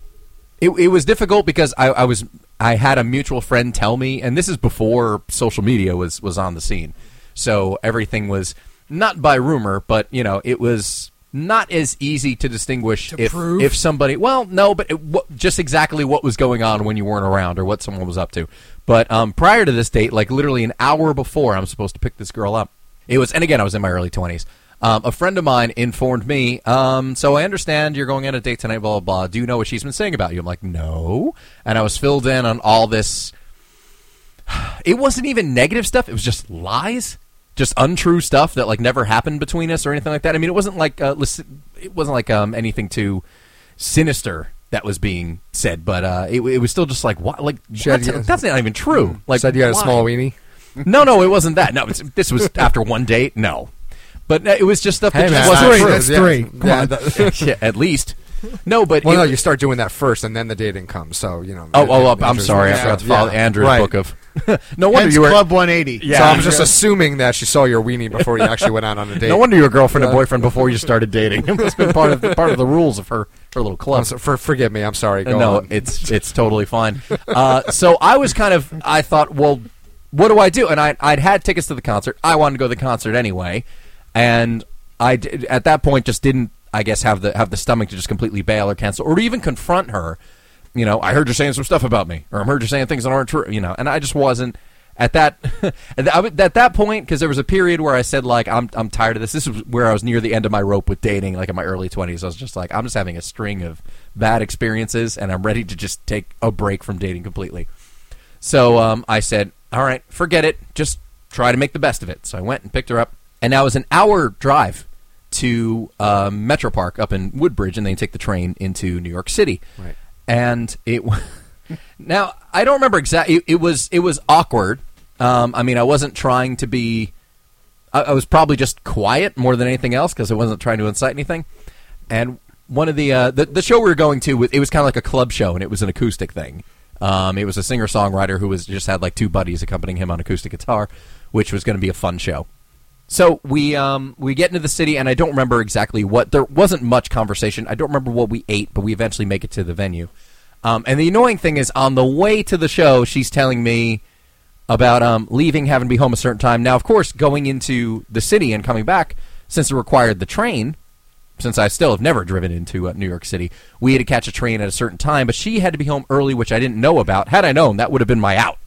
A: it, it was difficult because I, I was I had a mutual friend tell me, and this is before social media was was on the scene, so everything was not by rumor, but you know it was not as easy to distinguish if
B: prove?
A: if somebody well no, but it, what, just exactly what was going on when you weren't around or what someone was up to. But um, prior to this date, like literally an hour before I'm supposed to pick this girl up, it was, and again, I was in my early 20s. Um, a friend of mine informed me, um, so I understand you're going on a date tonight, blah, blah, blah. Do you know what she's been saying about you? I'm like, no. And I was filled in on all this. It wasn't even negative stuff, it was just lies. Just untrue stuff that like never happened between us or anything like that. I mean, it wasn't like uh, lis- it wasn't like um, anything too sinister that was being said, but uh, it, it was still just like what? Like
C: had-
A: what? that's not even true. Like
C: Said you Mm. had a
A: why?
C: small weenie.
A: No, no, it wasn't that. No, it's, this was after one date. No, but uh, it was just stuff that
C: Hey, man,
A: just
C: that's
A: wasn't
C: not
B: three,
C: true.
A: true.
B: that's three. Come
C: yeah,
B: on.
C: that-
A: yeah, at least, no, but
C: well,
A: it-
C: no, you start doing that first, and then the dating comes. So you know.
A: oh,
C: it-
A: oh,
C: it-
A: oh, I'm
C: it's-
A: sorry, I
C: yeah,
A: forgot to follow
C: yeah.
A: Andrew's
C: Right.
A: book of. no wonder
E: Hence
A: you were.
E: Club 180.
C: So
A: Yeah.
C: I'm just assuming that she saw your weenie before you actually went out on a date.
A: No wonder you were girlfriend and boyfriend before you started dating. That's been part of the, part of the rules of her her little
C: I'm
A: club.
C: so- for, forgive me. I'm sorry. Go
A: no,
C: on.
A: it's it's totally fine. Uh, so I was kind of I thought, well, what do I do? And I I'd had tickets to the concert. I wanted to go to the concert anyway, and I did, at that point just didn't I guess have the have the stomach to just completely bail or cancel or even confront her. You know, I heard you're saying some stuff about me, or I heard you're saying things that aren't true. You know, and I just wasn't. At that, at that- I would- at that point, because there was a period where I said like I'm I'm tired of this. This is where I was near the end of my rope with dating, like in my early twenties. I was just like I'm just having a string of bad experiences, and I'm ready to just take a break from dating completely. So um, I said, "All right, forget it. Just try to make the best of it." So I went and picked her up, and now it was an hour drive to uh, Metro Park up in Woodbridge, and then you take the train into New York City.
C: Right.
A: And it wa- now I don't remember exactly. It, it was it was awkward. Um, I mean, I wasn't trying to be. I, I was probably just quiet more than anything else because I wasn't trying to incite anything. And one of the uh, the, the show we were going to, it was kind of like a club show, and it was an acoustic thing. Um, it was a singer songwriter who was just had like two buddies accompanying him on acoustic guitar, which was going to be a fun show. So we um, we get into the city, and I don't remember exactly what. There wasn't much conversation. I don't remember what we ate, but we eventually make it to the venue. Um, and the annoying thing is, on the way to the show, she's telling me about um, leaving, having to be home a certain time. Now, of course, going into the city and coming back, since it required the train, since I still have never driven into uh, New York City, we had to catch a train at a certain time. But she had to be home early, which I didn't know about. Had I known, that would have been my out.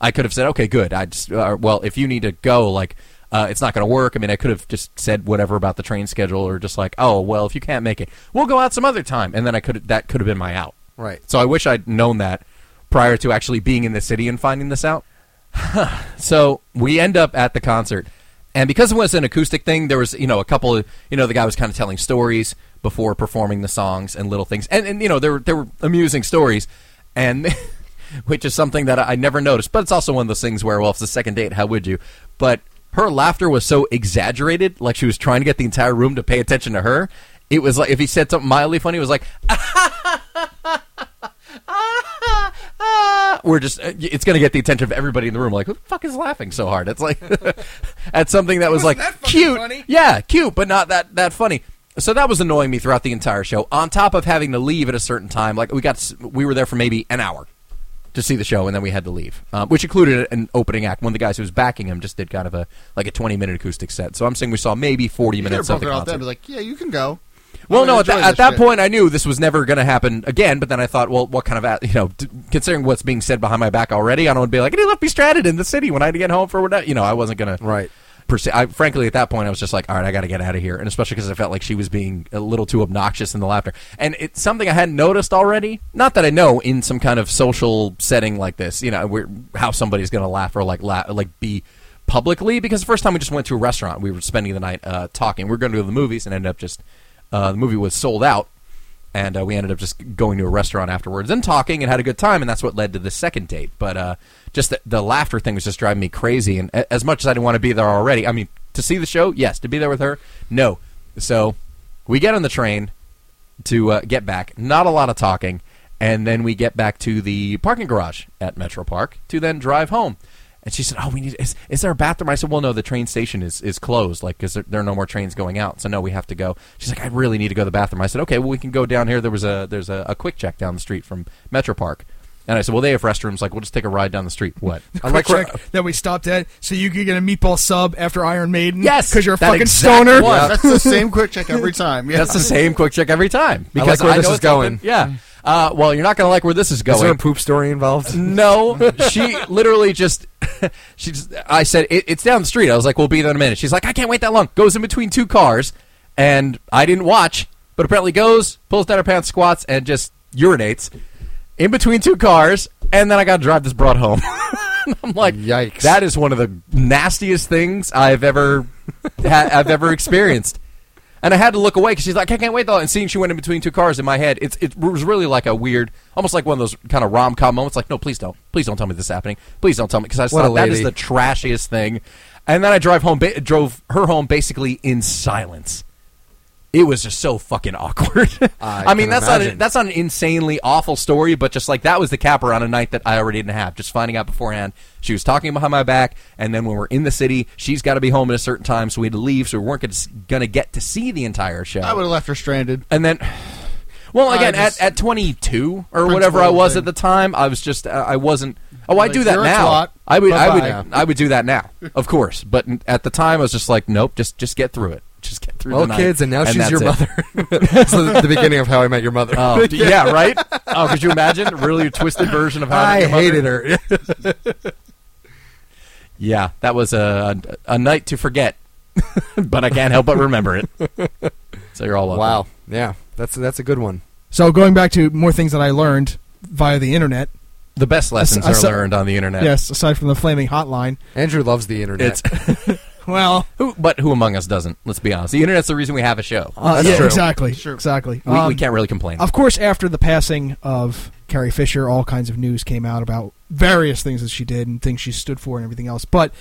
A: I could have said, okay, good. I just, uh, well, if you need to go, like, uh, it's not going to work. I mean, I could have just said whatever about the train schedule, or just like, oh, well, if you can't make it, we'll go out some other time, and then I could that could have been my out.
C: Right.
A: So I wish I'd known that prior to actually being in the city and finding this out. so we end up at the concert, and because it was an acoustic thing, there was you know a couple of you know the guy was kind of telling stories before performing the songs and little things, and and you know there were there were amusing stories, and which is something that I I never noticed, but it's also one of those things where well, if it's a second date, how would you? But her laughter was so exaggerated, like she was trying to get the entire room to pay attention to her. It was like if he said something mildly funny, it was like "Ah." we're just uh, it's going to get the attention of everybody in the room like who the fuck is laughing so hard it's like at something that was like cute yeah cute but not that that funny so that was annoying me throughout the entire show on top of having to leave at a certain time like we got s- we were there for maybe an hour to see the show and then we had to leave um, which included an opening act one of the guys who was backing him just did kind of a like a 20 minute acoustic set so i'm saying we saw maybe 40
E: You could have
A: minutes of the
E: broken it off
A: concert
E: then. Be like, yeah, you can go.
A: well,
E: I'm
A: no,
E: gonna
A: at, that
E: enjoy
A: at
E: this
A: that
E: shit.
A: point, I knew this was never going to happen again. But then I thought, well, what kind of, a- you know, d- considering what's being said behind my back already, I don't want to be like, he left me stranded in the city when I had to get home for whatever. You know, I wasn't going to.
C: Right.
A: Perce- I, frankly, at that point, I was just like, all right, I got to get out of here. And especially because I felt like she was being a little too obnoxious in the laughter. And it's something I hadn't noticed already. Not that I know in some kind of social setting like this, you know, where, how somebody's going to laugh or like, laugh, like be publicly. Because the first time we just went to a restaurant, we were spending the night uh, talking. We were going to go to the movies and ended up just, uh, the movie was sold out. And uh, we ended up just going to a restaurant afterwards and talking and had a good time. And that's what led to the second date. But uh, just the, the laughter thing was just driving me crazy. And a- as much as I didn't want to be there already, I mean, to see the show, yes. To be there with her, no. So we get on the train to uh, get back. Not a lot of talking, and then we get back to the parking garage at Metro Park to then drive home. And she said, "Oh, we need. Is, is there a bathroom?" I said, "Well, no. The train station is is closed, like because there, there are no more trains going out. So no, we have to go." She's like, "I really need to go to the bathroom." I said, "Okay, well, we can go down here. There was a there's a, a quick check down the street from Metro Park." And I said, "Well, they have restrooms. Like, we'll just take a ride down the street." What? I
B: Quick check that we stopped at, so you could get a meatball sub after Iron Maiden.
A: Yes,
B: because you're a
A: that
B: fucking
A: exact
B: stoner.
A: one.
E: That's the same quick check every time. Yeah.
A: That's the same quick check every time because
C: like where this
A: know
C: is
A: it's open.
C: going.
A: Yeah. Uh, well, you're not going to like where this is going.
C: Is there a poop story involved?
A: No, she literally just she just I said it, it's down the street. I was like, we'll be there in a minute. She's like, I can't wait that long. Goes in between two cars, and I didn't watch, but apparently goes pulls down her pants, squats, and just urinates in between two cars, and then I got to drive this broad home. I'm like,
C: Yikes.
A: That is one of the nastiest things I've ever ha- I've ever experienced. And I had to look away because she's like, I can't wait though. And seeing she went in between two cars in my head, it's it was really like a weird, almost like one of those kind of rom com moments. Like, no, please don't, please don't tell me this is happening. Please don't tell me because I
C: What a
A: thought that is
C: lady.
A: the trashiest thing. And then I drive home, ba- drove her home basically in silence. It was just so fucking awkward.
C: I
A: I, mean,
C: can
A: that's not a,
C: imagine.
A: that's not an insanely awful story, but just like that was the capper on a night that I already didn't have. Just finding out beforehand, she was talking behind my back, and then when we're in the city, she's got to be home at a certain time, so we had to leave, so we weren't going to get to see the entire show.
E: I would have left her stranded.
A: and then, well,
E: I
A: again,
E: just-
A: at, at 22 or whatever I
E: Principle
A: was
E: thing.
A: at the time, I was just uh, I wasn't. Oh, I
E: Like,
A: do that
E: you're a
A: now.
E: twat.
A: I would I would
E: Bye-bye.
A: I would do that now, of course. But n- at the time, I was just like, nope, just just get through it, just get through.
C: Well,
A: the night,
C: kids, and now she's
A: that's
C: your
A: it.
C: mother. so the, the beginning of How I Met Your Mother.
A: Oh, d- yeah, right. Oh, could you imagine? Really a twisted version of how
C: I
A: Met Your Mother?
C: hated her.
A: Yeah, that was a a night to forget, but I can't help but remember it. So you're all welcome.
C: wow. Yeah, that's that's a good one.
B: So going back to more things that I learned via the internet.
A: The best lessons
B: I
A: are
B: saw-
A: learned on the internet.
B: Yes, aside from the flaming hotline.
C: Andrew loves the internet.
A: it's
B: Well,
A: who, but who among us doesn't? Let's be honest. The internet's the reason we have a show.
B: uh,
C: That's
B: yeah,
C: true.
B: exactly,
E: Sure.
B: exactly.
A: We, we
B: Um,
A: can't really complain.
B: Of course, after the passing of Carrie Fisher, all kinds of news came out about various things that she did and things she stood for and everything else. But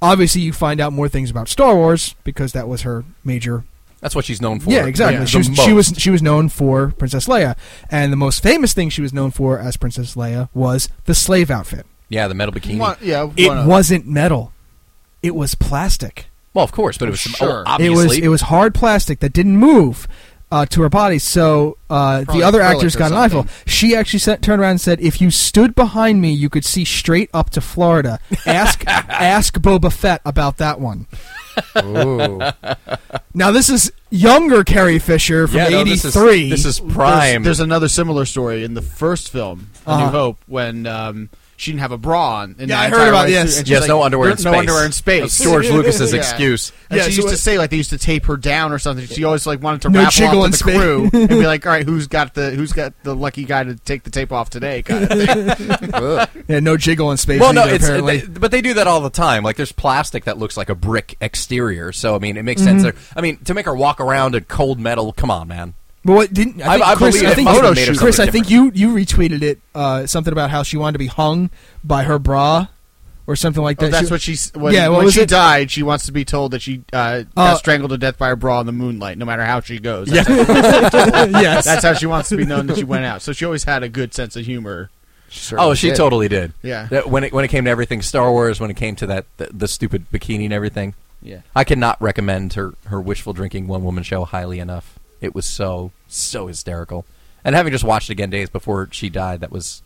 B: obviously, you find out more things about Star Wars because that was her major.
A: That's what she's known for.
B: yeah, exactly.
A: The
B: She, was,
A: most.
B: she was she was known for Princess Leia, and the most famous thing she was known for as Princess Leia was the slave outfit.
A: Yeah, the metal bikini.
E: One- yeah,
B: It
E: one of-
B: wasn't metal; it was plastic.
A: Well, of course, but it was some,
E: Sure.
A: oh, obviously
B: It was it was hard plastic that didn't move uh, to her body. So uh, the
E: Probably
B: other
E: acrylic
B: actors
E: or
B: got an eyeful.
E: something.
B: She actually sent, turned around and said, "If you stood behind me, you could see straight up to Florida. Ask ask Boba Fett about that one."
C: Ooh.
B: Now this is younger Carrie Fisher from
A: Yeah, no, this is-
B: '83.
A: This is
E: There's,
A: prime.
E: there's another similar story in the first film, A
B: Uh-huh.
E: New Hope, when um, she didn't have a bra on. in
B: Yeah,
E: the
B: I heard
E: entire
B: about
E: way
B: this.
E: through, and she's
A: Yes,
E: like,
A: no underwear in
E: "There's
A: space.
E: No underwear in space.
A: That's George Lucas's
E: Yeah.
A: excuse.
E: And
B: Yeah,
E: she
B: so
E: used to
B: it-
E: say like they used to tape her down or something. She always like wanted to
B: No
E: wrap
B: jiggle
E: off
B: in
E: to the
B: space.
E: crew and be like, "All right, who's got the who's got the lucky guy to take the tape off today?" Kind of thing.
C: Ugh.
B: yeah, no jiggle in space.
A: well, no,
B: either,
A: it's uh,
B: apparently.
A: they- but they do that all the time. Like there's plastic that looks like a brick exterior, so I mean it makes sense. There, I mean to make her walk around in cold metal. Come on, man.
B: But what didn't I
A: I-
B: think,
A: I
B: Chris,
A: believe
B: I
A: it
B: think
A: must have
B: you,
A: been made of
B: Chris, I
A: something
B: think you you retweeted it uh, something about how she wanted to be hung by her bra or something like that.
E: Oh, that's
B: She-
E: what she's. When,
B: Yeah, what
E: when
B: was
E: she
B: it?
E: died, she wants to be told that she uh,
B: Uh,
E: got strangled to death by her bra in the moonlight, no matter how she goes. That's, how,
B: yes.
E: that's how she wants to be known that she went out. So she always had a good sense of humor.
C: Certainly
A: Oh, she
C: did.
A: totally did.
E: Yeah.
A: That- when it when it came to everything Star Wars, when it came to that the, the stupid bikini and everything,
E: Yeah.
A: I cannot recommend her her wishful drinking one woman show highly enough. It was so so hysterical, and having just watched it again days before she died, that was.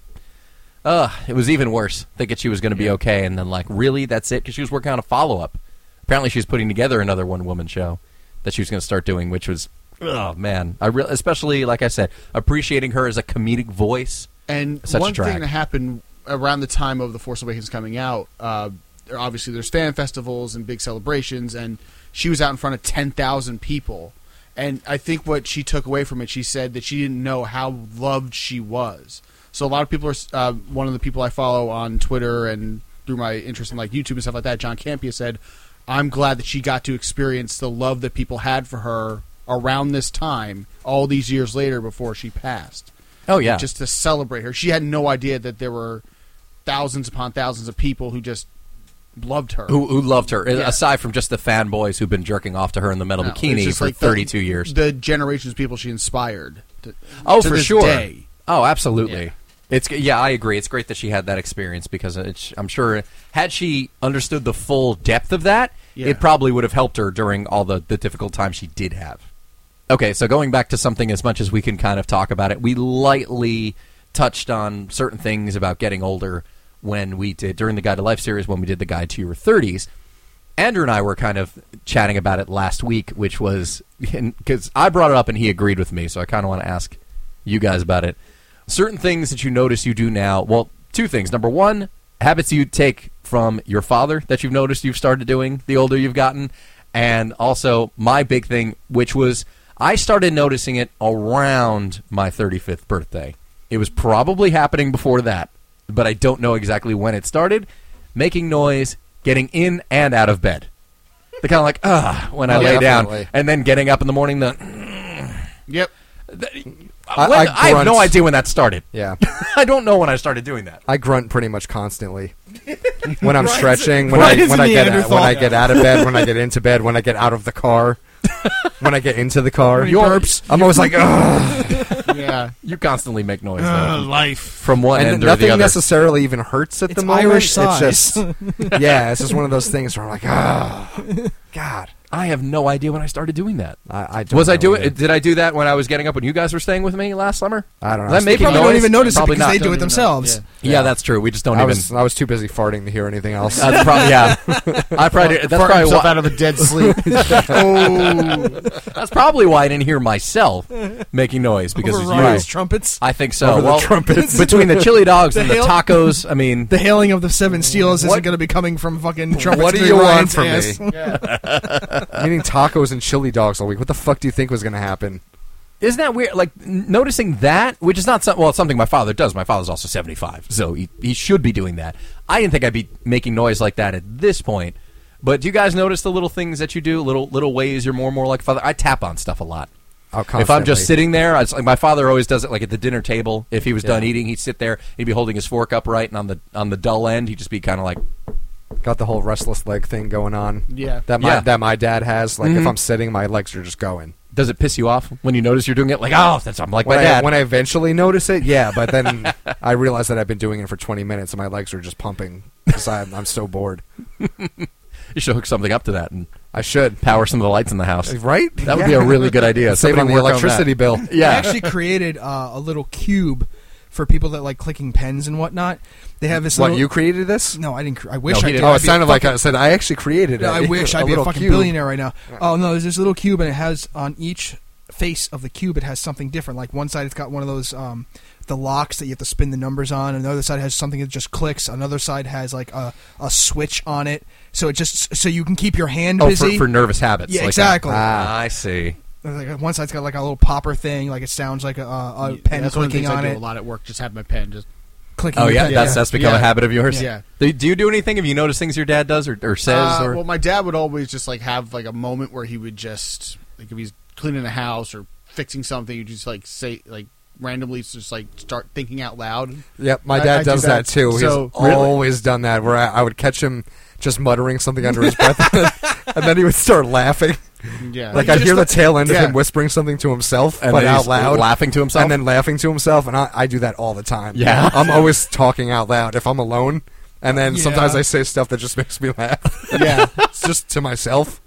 A: Uh, it was even worse. Thinking she was going to be okay, and then like, really, that's it? Because she was working on a follow up. Apparently, she was putting together another one woman show that she was going to start doing, which was, oh man, I real especially like I said, appreciating her as a comedic voice.
E: And
A: Such a
E: one
A: drag.
E: thing that happened around the time of The Force Awakens coming out, uh, there- obviously there's fan festivals and big celebrations, and she was out in front of 10,000 people. And I think what she took away from it, she said that she didn't know how loved she was. So a lot of people are, uh, one of the people I follow on Twitter and through my interest in like YouTube and stuff like that, John Campia said, I'm glad that she got to experience the love that people had for her around this time, all these years later before she passed
A: Oh yeah,
E: just to celebrate her. She had no idea that there were thousands upon thousands of people who just loved her.
A: who, who loved her,
E: Yeah.
A: aside from just the fanboys who've been jerking off to her in the metal
E: No, it's
A: bikini
E: just
A: for
E: like the-
A: 32 years.
E: The generations of people she inspired. To,
A: oh,
E: to
A: for
E: this
A: sure.
E: day.
A: Oh, absolutely.
E: Yeah.
A: It's yeah, I agree. It's great that she had that experience because it's, I'm sure had she understood the full depth of that,
E: Yeah.
A: it probably would have helped her during all the, the difficult times she did have. Okay, so going back to something as much as we can kind of talk about it, we lightly touched on certain things about getting older when we did during the Guide to Life series when we did the Guide to Your 30s. Andrew and I were kind of chatting about it last week, which was because I brought it up and he agreed with me, so I kind of want to ask you guys about it. Certain things that you notice you do now. Well, two things. Number one, habits you take from your father that you've noticed you've started doing the older you've gotten. And also, my big thing, which was I started noticing it around my 35th birthday. It was probably happening before that, but I don't know exactly when it started. Making noise, getting in and out of bed. They're kind of like, ah, when I
C: Oh,
A: lay down.
C: definitely.
A: And then getting up in the morning, the.
E: Yep.
C: I-
A: When-
C: I
A: I have no
C: grunt.
A: idea when that started.
C: Yeah.
A: I don't know when I started doing that.
C: I grunt pretty much constantly. When I'm stretching, when
B: Brian's
C: I when
B: a
C: I get out,
B: Neanderthal.
C: when I get out of bed, when I get into bed, when I get out of the car, when I get into the car,
B: When he burps.
C: I'm always like, Ugh.
E: Yeah.
A: You constantly make noise
D: Uh,
A: though,
D: life.
A: from one
C: and
A: end or
C: nothing
A: the other.
C: necessarily even hurts at
B: It's
C: the moment.
B: Irish size.
C: It's just, yeah, it's just one of those things where I'm like, Ugh. God,
A: I have no idea when I started doing that.
C: I, I don't
A: Was
C: know
A: I doing?
C: either.
A: it? Did I do that when I was getting up when you guys were staying with me last summer?
C: I don't know.
A: Was I
B: they
A: making
B: probably
A: noise?
B: don't even notice
A: Probably
B: it
A: not.
B: because they do it themselves.
A: yeah. that's true. We just don't
C: I
A: even. Uh,
C: was I was too busy farting to hear anything else.
A: that's probably yeah. I probably that's
E: Fart
A: probably
E: himself
A: why,
E: out of a dead sleep. oh.
A: that's probably why I didn't hear myself making noise because it's
B: Override
A: you.
B: his trumpets.
A: I think so.
C: Over the
A: well,
C: trumpets.
A: between the chili dogs
B: The
A: and the
B: hail-
A: tacos, I mean,
B: the hailing of the seven steals isn't
A: What-
B: going to be coming from fucking trumpets.
C: what do
B: through
C: you want
B: Ryan's
C: from
B: ass.
C: me? I'm eating tacos and chili dogs all week. What the fuck do you think was going to happen?
A: Isn't that weird? Like n- noticing that, which is not some, well, it's something my father does. My father's also seventy five, so he he should be doing that. I didn't think I'd be making noise like that at this point. But do you guys notice the little things that you do, little little ways you're more and more like father? I tap on stuff a lot.
C: Oh,
A: If I'm just
C: constantly.
A: sitting there, I, it's like my father always does it, like at the dinner table. If he was done eating, he'd sit there, he'd be holding his fork upright, and on the on the dull end, he'd just be kind of like,
C: Got the whole restless leg thing going on.
E: Yeah.
C: That my
A: Yeah. Mm-hmm.
C: that my dad has. Like if I'm sitting, my legs are just going.
A: "Does it piss you off when you notice you're doing it?" Like, oh, that's I'm like
C: When
A: my
C: I,
A: dad.
C: when I eventually notice it, yeah, but then I realize that I've been doing it for 20 minutes and my legs are just pumping because I'm, I'm so bored.
A: You should hook something up to that and
C: I should.
A: power some of the lights in the house.
C: Right?
A: That would be a really good idea.
C: Save
A: Somebody
C: on the
A: work that.
C: electricity bill.
A: Yeah.
B: I actually created uh, a little cube for people that like clicking pens and whatnot. They have this.
C: What
B: little,
C: you created this?
B: No, I didn't. cre- I wish
A: No, he
B: I did.
A: didn't.
C: Oh,
B: I'd
C: it
B: be a
C: sounded like I said I actually created it.
B: No, I wish I'd be a
C: little
B: fucking
C: cube.
B: billionaire right now. Oh no, there's this little cube and it has on each face of the cube it has something different. Like one side it's got one of those um, the locks that you have to spin the numbers on, and the other side has something that just clicks. Another side has like a, a switch on it, so it just so you can keep your hand
A: Oh, for,
B: busy.
A: for nervous habits.
B: Yeah,
A: like
B: exactly.
A: That. Ah, I see.
B: Like, one side's got like a little popper thing, like it sounds like a, a a pen
E: that's one of the
B: clicking
E: things I
B: on
E: do
B: it,
E: a lot at work. Just have my pen. Just
B: clicking.
A: Oh
B: the
A: yeah,
B: pen.
A: that's that's become a
E: Yeah.
A: habit of yours.
E: Yeah.
A: Do, do you do anything? Have you noticed things your dad does or, or says?
E: Uh,
A: or
E: well, my dad would always just like have like a moment where he would just like if he's cleaning the house or fixing something, you just like say like randomly just like start thinking out loud.
C: Yep, my
E: I-
C: dad
E: I do
C: does that,
E: that.
C: too.
E: So-
C: He's always done that. Where I, I would catch him just muttering something under his breath, and then he would start laughing.
E: Yeah,
C: Like
E: I,
C: I'd hear the tail end
E: yeah.
C: of him whispering something to himself,
A: and
C: but
A: then
C: out
A: he's
C: loud,
A: laughing to himself.
C: and then laughing to himself. And I, I do that all the time.
A: Yeah.
C: I'm always talking out loud if I'm alone, and then
B: Yeah.
C: sometimes I say stuff that just makes me laugh.
E: yeah.
C: it's just to myself.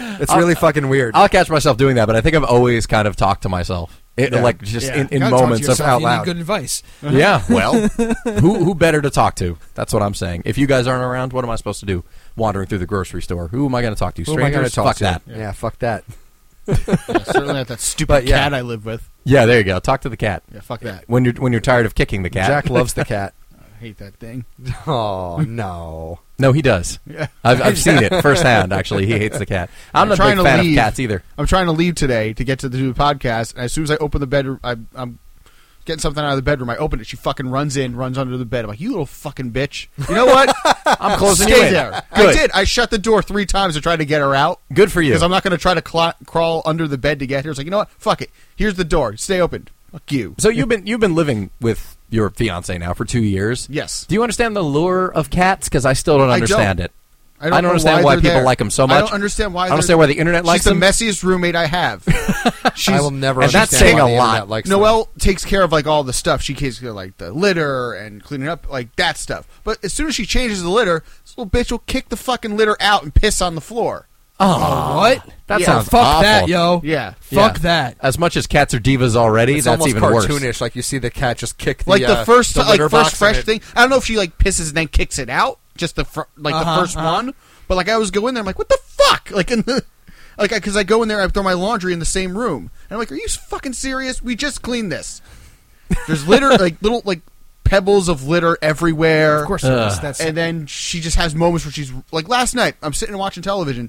C: It's really fucking weird.
A: I'll catch myself doing that, but I think I've always kind of talked to myself, it,
C: Yeah.
A: like just
E: Yeah.
A: in, in
B: You gotta talk to
A: moments of
B: yourself.
C: out
B: You need
C: loud.
B: good advice.
A: Yeah, well, who who better to talk to? That's what I'm saying. If you guys aren't around, what am I supposed to do? Wandering through the grocery store, who am I going to talk to?
C: Who
A: Strangers?
C: am I gonna talk
A: Fuck
C: to?
A: that.
C: Yeah. fuck that.
E: Yeah, certainly not that
C: But,
E: stupid
C: yeah.
E: cat I live with.
A: Yeah, there you go. Talk to the cat.
E: Yeah, fuck that.
A: When you're when you're tired of kicking the cat.
C: Jack loves the cat.
E: I hate that thing.
C: Oh no.
A: No, he does.
E: Yeah.
A: I've, I've seen it firsthand. Actually, he hates the cat. I'm,
E: I'm
A: not a
E: trying
A: big
E: to
A: fan
E: leave.
A: of cats either.
E: I'm trying to leave today to get to the, do the podcast, and as soon as I open the bedroom, I, I'm getting something out of the bedroom. I open it. She fucking runs in, runs under the bed. I'm like, you little fucking bitch. You know what?
A: I'm closing
E: Stay
A: you in.
E: there. I
A: Good.
E: did. I shut the door three times to try to get her out.
A: Good for you.
E: Because I'm not going to try to cla crawl under the bed to get here. It's like, you know what? Fuck it. Here's the door. Stay open. Fuck you.
A: So you've been you've been living with your fiance now for two years.
E: Yes.
A: Do you understand the lure of cats? Because I still don't
E: I
A: understand
E: don't.
A: it. I don't understand why
E: they're
A: people
E: there.
A: like 'em so
E: I
A: much.
E: don't understand
A: I
E: why.
A: don't
E: they're-
A: understand why the internet likes
E: She's
A: them.
E: the messiest roommate I have. She's,
C: I will never.
A: and that's saying
C: understand why
A: a
C: the
A: lot.
C: internet Likes them.
E: Noelle takes care of like all the stuff. She takes care of like the litter and cleaning up like that stuff. But as soon as she changes the litter, this little bitch will kick the fucking litter out and piss on the floor.
A: Oh,
B: What?
A: That
B: Yeah,
A: sounds
B: fuck
A: awful.
B: that, yo.
E: Yeah.
B: Fuck
A: Yeah.
B: that.
A: As much as cats are divas already,
C: It's
A: that's
C: almost
A: even
C: cartoonish.
A: worse.
C: Like you see the cat just kick the
E: Like the,
C: uh,
E: first,
C: the
E: like
C: litter
E: first
C: box and
E: fresh
C: it-
E: thing. I don't know if she like pisses and then kicks it out. Just the fr- like
B: Uh-huh,
E: the 1st
B: uh-huh.
E: one. But like I always go in there, I'm like, what the fuck? Like in the. Like, because I go in there, I throw my laundry in the same room, and I'm like, "Are you fucking serious? We just cleaned this. There's litter, like little like pebbles of litter everywhere.
B: Of course, it is. that's
E: and then she just has moments where she's like last night i'm sitting and watching television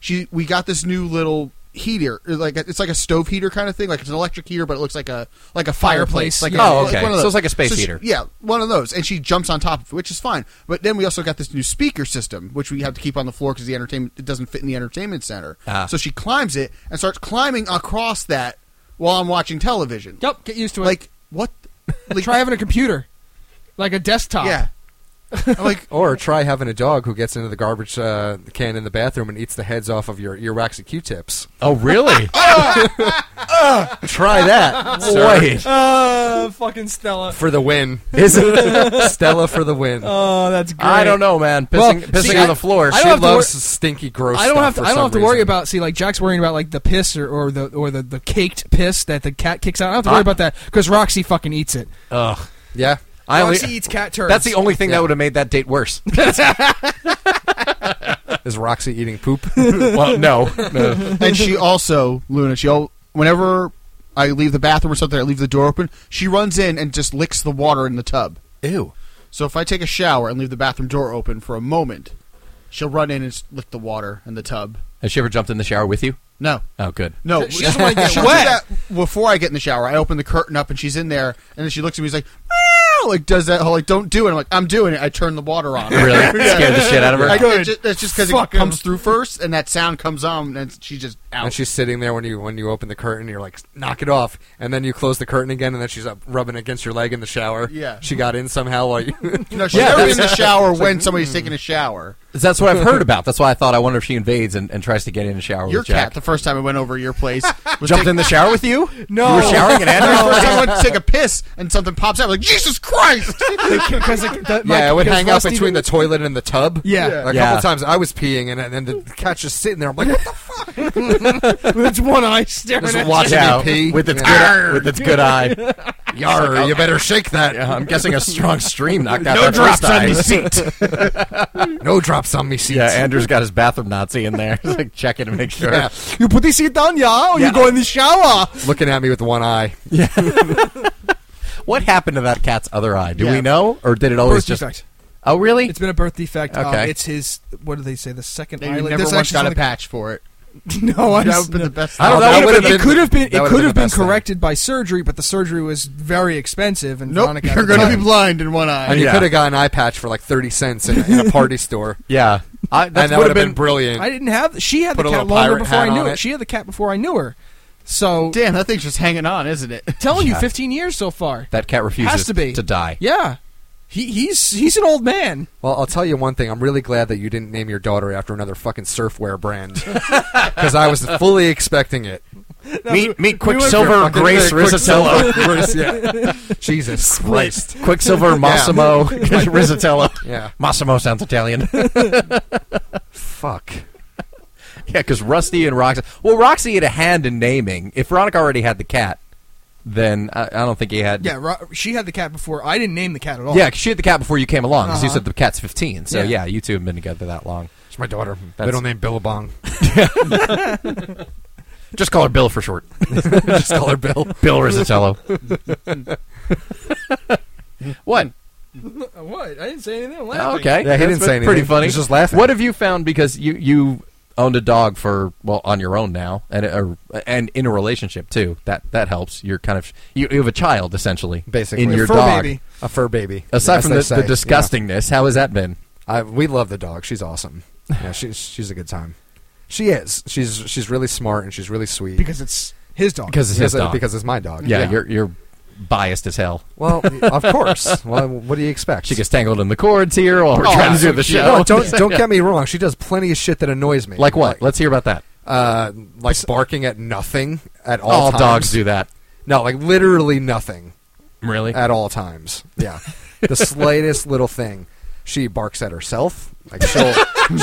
E: she we got this new little heater like it's like a stove heater kind of thing like it's an electric heater but it looks like a like a fireplace,
B: Fireplace,
E: like
B: yeah.
E: a,
A: Oh,
E: like
A: okay.
E: one of
A: So
E: those.
A: it's like a space
E: she-
A: heater.
E: yeah one of those and she jumps on top of it which is fine but then we also got this new speaker system which we have to keep on the floor because the entertainment it doesn't fit in the entertainment center
A: Ah.
E: so she climbs it and starts climbing across that while i'm watching television
B: Yep, get used to it.
E: like what like
B: try having a computer, like a desktop.
E: yeah I'm like
C: Or try having a dog who gets into the garbage uh, can in the bathroom and eats the heads off of your earwax and Q-tips.
A: Oh, really?
C: Try that, sir.
A: Wait.
B: Uh, fucking Stella.
C: for the win. Is it Stella for the win?
B: Oh, that's great.
A: I don't know, man. Pissing,
B: Well,
A: pissing
B: see,
A: on
B: I-
A: the floor.
B: I
C: she
B: don't have to wor-
C: loves stinky, gross.
B: I don't
C: stuff
B: have to.
C: for
B: I don't
C: some
B: have to worry
C: reason.
B: about. See, like Jack's worrying about like the piss or, or the or the, the caked piss that the cat kicks out. I don't have to worry
A: Ah.
B: about that because Roxy fucking eats it.
A: Ugh.
C: Yeah,
A: I only,
B: Roxy Oh, eats cat turds.
A: Oh, that's the only thing that would have made that date worse.
C: is Roxy eating poop?
A: well, no. no.
E: and she also Luna. She all whenever I leave the bathroom or something, I leave the door open. She runs in and just licks the water in the tub.
A: Ew.
E: So if I take a shower and leave the bathroom door open for a moment, she'll run in and s- lick the water in the tub.
A: Has she ever jumped in the shower with you?
E: No,
A: Oh, good.
E: no,
B: She doesn't wanna get
E: she'll
B: wet.
E: do that before I get in the shower. I open the curtain up and she's in there, and then she looks at me. She's like, "Meow," like does that whole like don't do it. I'm like I'm doing it. I turn the water on.
A: Really scared the shit out of her.
E: I, it ju- that's just because it
B: Fucking-
E: comes through first, and that sound comes on, and she just out.
C: And she's sitting there when you when you open the curtain, you're like, knock it off. And then you close the curtain again, and then she's up rubbing against your leg in the shower.
E: Yeah.
C: She got in somehow while you.
E: no, she's never in the shower when somebody's
A: "Hmm."
E: taking a shower.
A: That's what I've heard about. That's why I thought I wonder if she invades and, and tries to get in the shower
E: Your
A: with Jack.
E: cat, the first time I went over your place, was
A: Jumped
E: taking-
A: in the shower with you?
B: No.
A: You were showering at
E: And the
A: Andrew's
E: first time I went to take a piss and something pops out, I'm like Jesus Christ!
B: Because
C: yeah, I would hang out between
B: the
C: the toilet and the tub.
B: Yeah.
C: A
A: Yeah.
C: couple times I was peeing, and and then the cat's just sitting there. I'm like, what the fuck?
B: with its one eye staring
C: Just
B: at
C: watching
A: Yeah,
C: me pee.
A: with its
C: Yeah.
A: good eye, with its good eye.
C: Yarr, you better shake that.
A: Yeah, I'm guessing a strong stream knocked out
E: no
A: that
E: drops
A: first
E: on
A: eye.
E: the seat.
C: No drops on me seats.
A: Yeah, Andrew's got his bathroom Nazi in there. He's like checking to make sure.
C: Yeah.
B: You put this seat down, yeah, Oh, or you go in the shower.
C: Looking at me with one eye.
A: What happened to that cat's other eye? Do
E: Yeah.
A: we know, or did it always
B: Birth
A: just?
B: defect.
A: Oh, really?
B: It's been a birth defect. Um,
A: Okay.
B: it's his. What do they say? The second
E: They
B: eyelid.
E: never
B: This
E: once
B: actually
E: got a
B: is on
E: patch for it.
B: the- No, I
E: That
B: just-
E: would have been the best.
A: I don't
C: That
A: know.
B: It,
C: would've
B: it
C: been-
B: could have been.
C: that
B: It
C: would've
B: could
C: been
B: have
C: the
B: been
C: best thing.
B: corrected by surgery, but the surgery was very expensive. And
E: Nope,
B: Veronica at
E: you're
B: the
E: going to
B: time-
E: be blind in one
C: And
E: eye.
C: you
A: Yeah.
C: could have got an eye patch for like 30 cents in, in a party store.
A: Yeah, I,
C: and that would have been, brilliant.
B: I didn't have. She had
C: Put
B: the
C: a
B: cat
C: little
B: longer
C: pirate
B: before I
C: hat
B: knew
C: on
B: it.
C: it.
B: She had the cat before I knew her. So
E: Damn, that thing's just hanging on, isn't it?
B: telling you, 15 years so far.
A: that cat refuses
B: Has to be.
A: die.
B: Yeah, he, he's he's an old man.
C: Well, I'll tell you one thing. I'm really glad that you didn't name your daughter after another fucking surfwear brand. Because I was fully expecting it.
A: meet meet
B: went for
A: Quicksilver
C: Fucking
A: Grace
C: quick-
A: Rizzatello.
C: Grace, yeah. Jesus Christ.
A: Quicksilver Massimo Rizzatello.
C: Yeah.
A: Massimo sounds Italian. yeah,
C: Fuck.
A: because Rusty and Roxy. Well, Roxy had a hand in naming. If Veronica already had the cat, then I, I don't think he had.
B: Yeah, Ro- she had the cat before. I didn't name the cat at all.
A: Yeah, 'cause she had the cat before you came along. Because you
B: Uh-huh.
A: said the cat's fifteen. So yeah.
B: Yeah.
A: you two have been together that long.
C: It's my daughter.
A: That's-
C: Middle name Billabong.
A: Just call her Bill for short.
C: Just call her Bill.
A: Bill Rizzatello. what?
B: Uh, What? I didn't say anything. I'm
A: Oh,
B: laughing.
A: okay.
C: Yeah, he
A: That's
C: didn't say anything.
A: Pretty funny.
C: He was just laughing.
A: What have you found because you you owned a dog for well on your own now and or, and in a relationship too. That that helps. You're kind of you, you have a child essentially
C: Basically.
A: in
C: A
A: your
B: fur
A: dog.
B: baby.
C: A fur baby.
A: Aside
C: As
A: from
C: they
A: the,
C: say.
A: the
C: Yeah.
A: disgustingness, how has that been?
C: I, we love the dog. She's awesome. Yeah, she's she's a good time. She is. She's she's really smart and she's really sweet.
B: Because it's his dog.
A: Because it's
C: Yes,
A: his dog.
C: because it's my dog.
A: yeah, you're you're biased as hell.
C: well, of course. Well, what do you expect?
A: She gets tangled in the cords here while we're trying to do the show.
C: Oh, No, don't don't get me wrong. She does plenty of shit that annoys me.
A: like what? Let's hear about that.
C: uh, like barking at nothing at all.
A: All
C: times.
A: dogs do that.
C: No, like literally nothing
A: Really?
C: at all times. Yeah, the slightest little thing. She barks at herself. Like she'll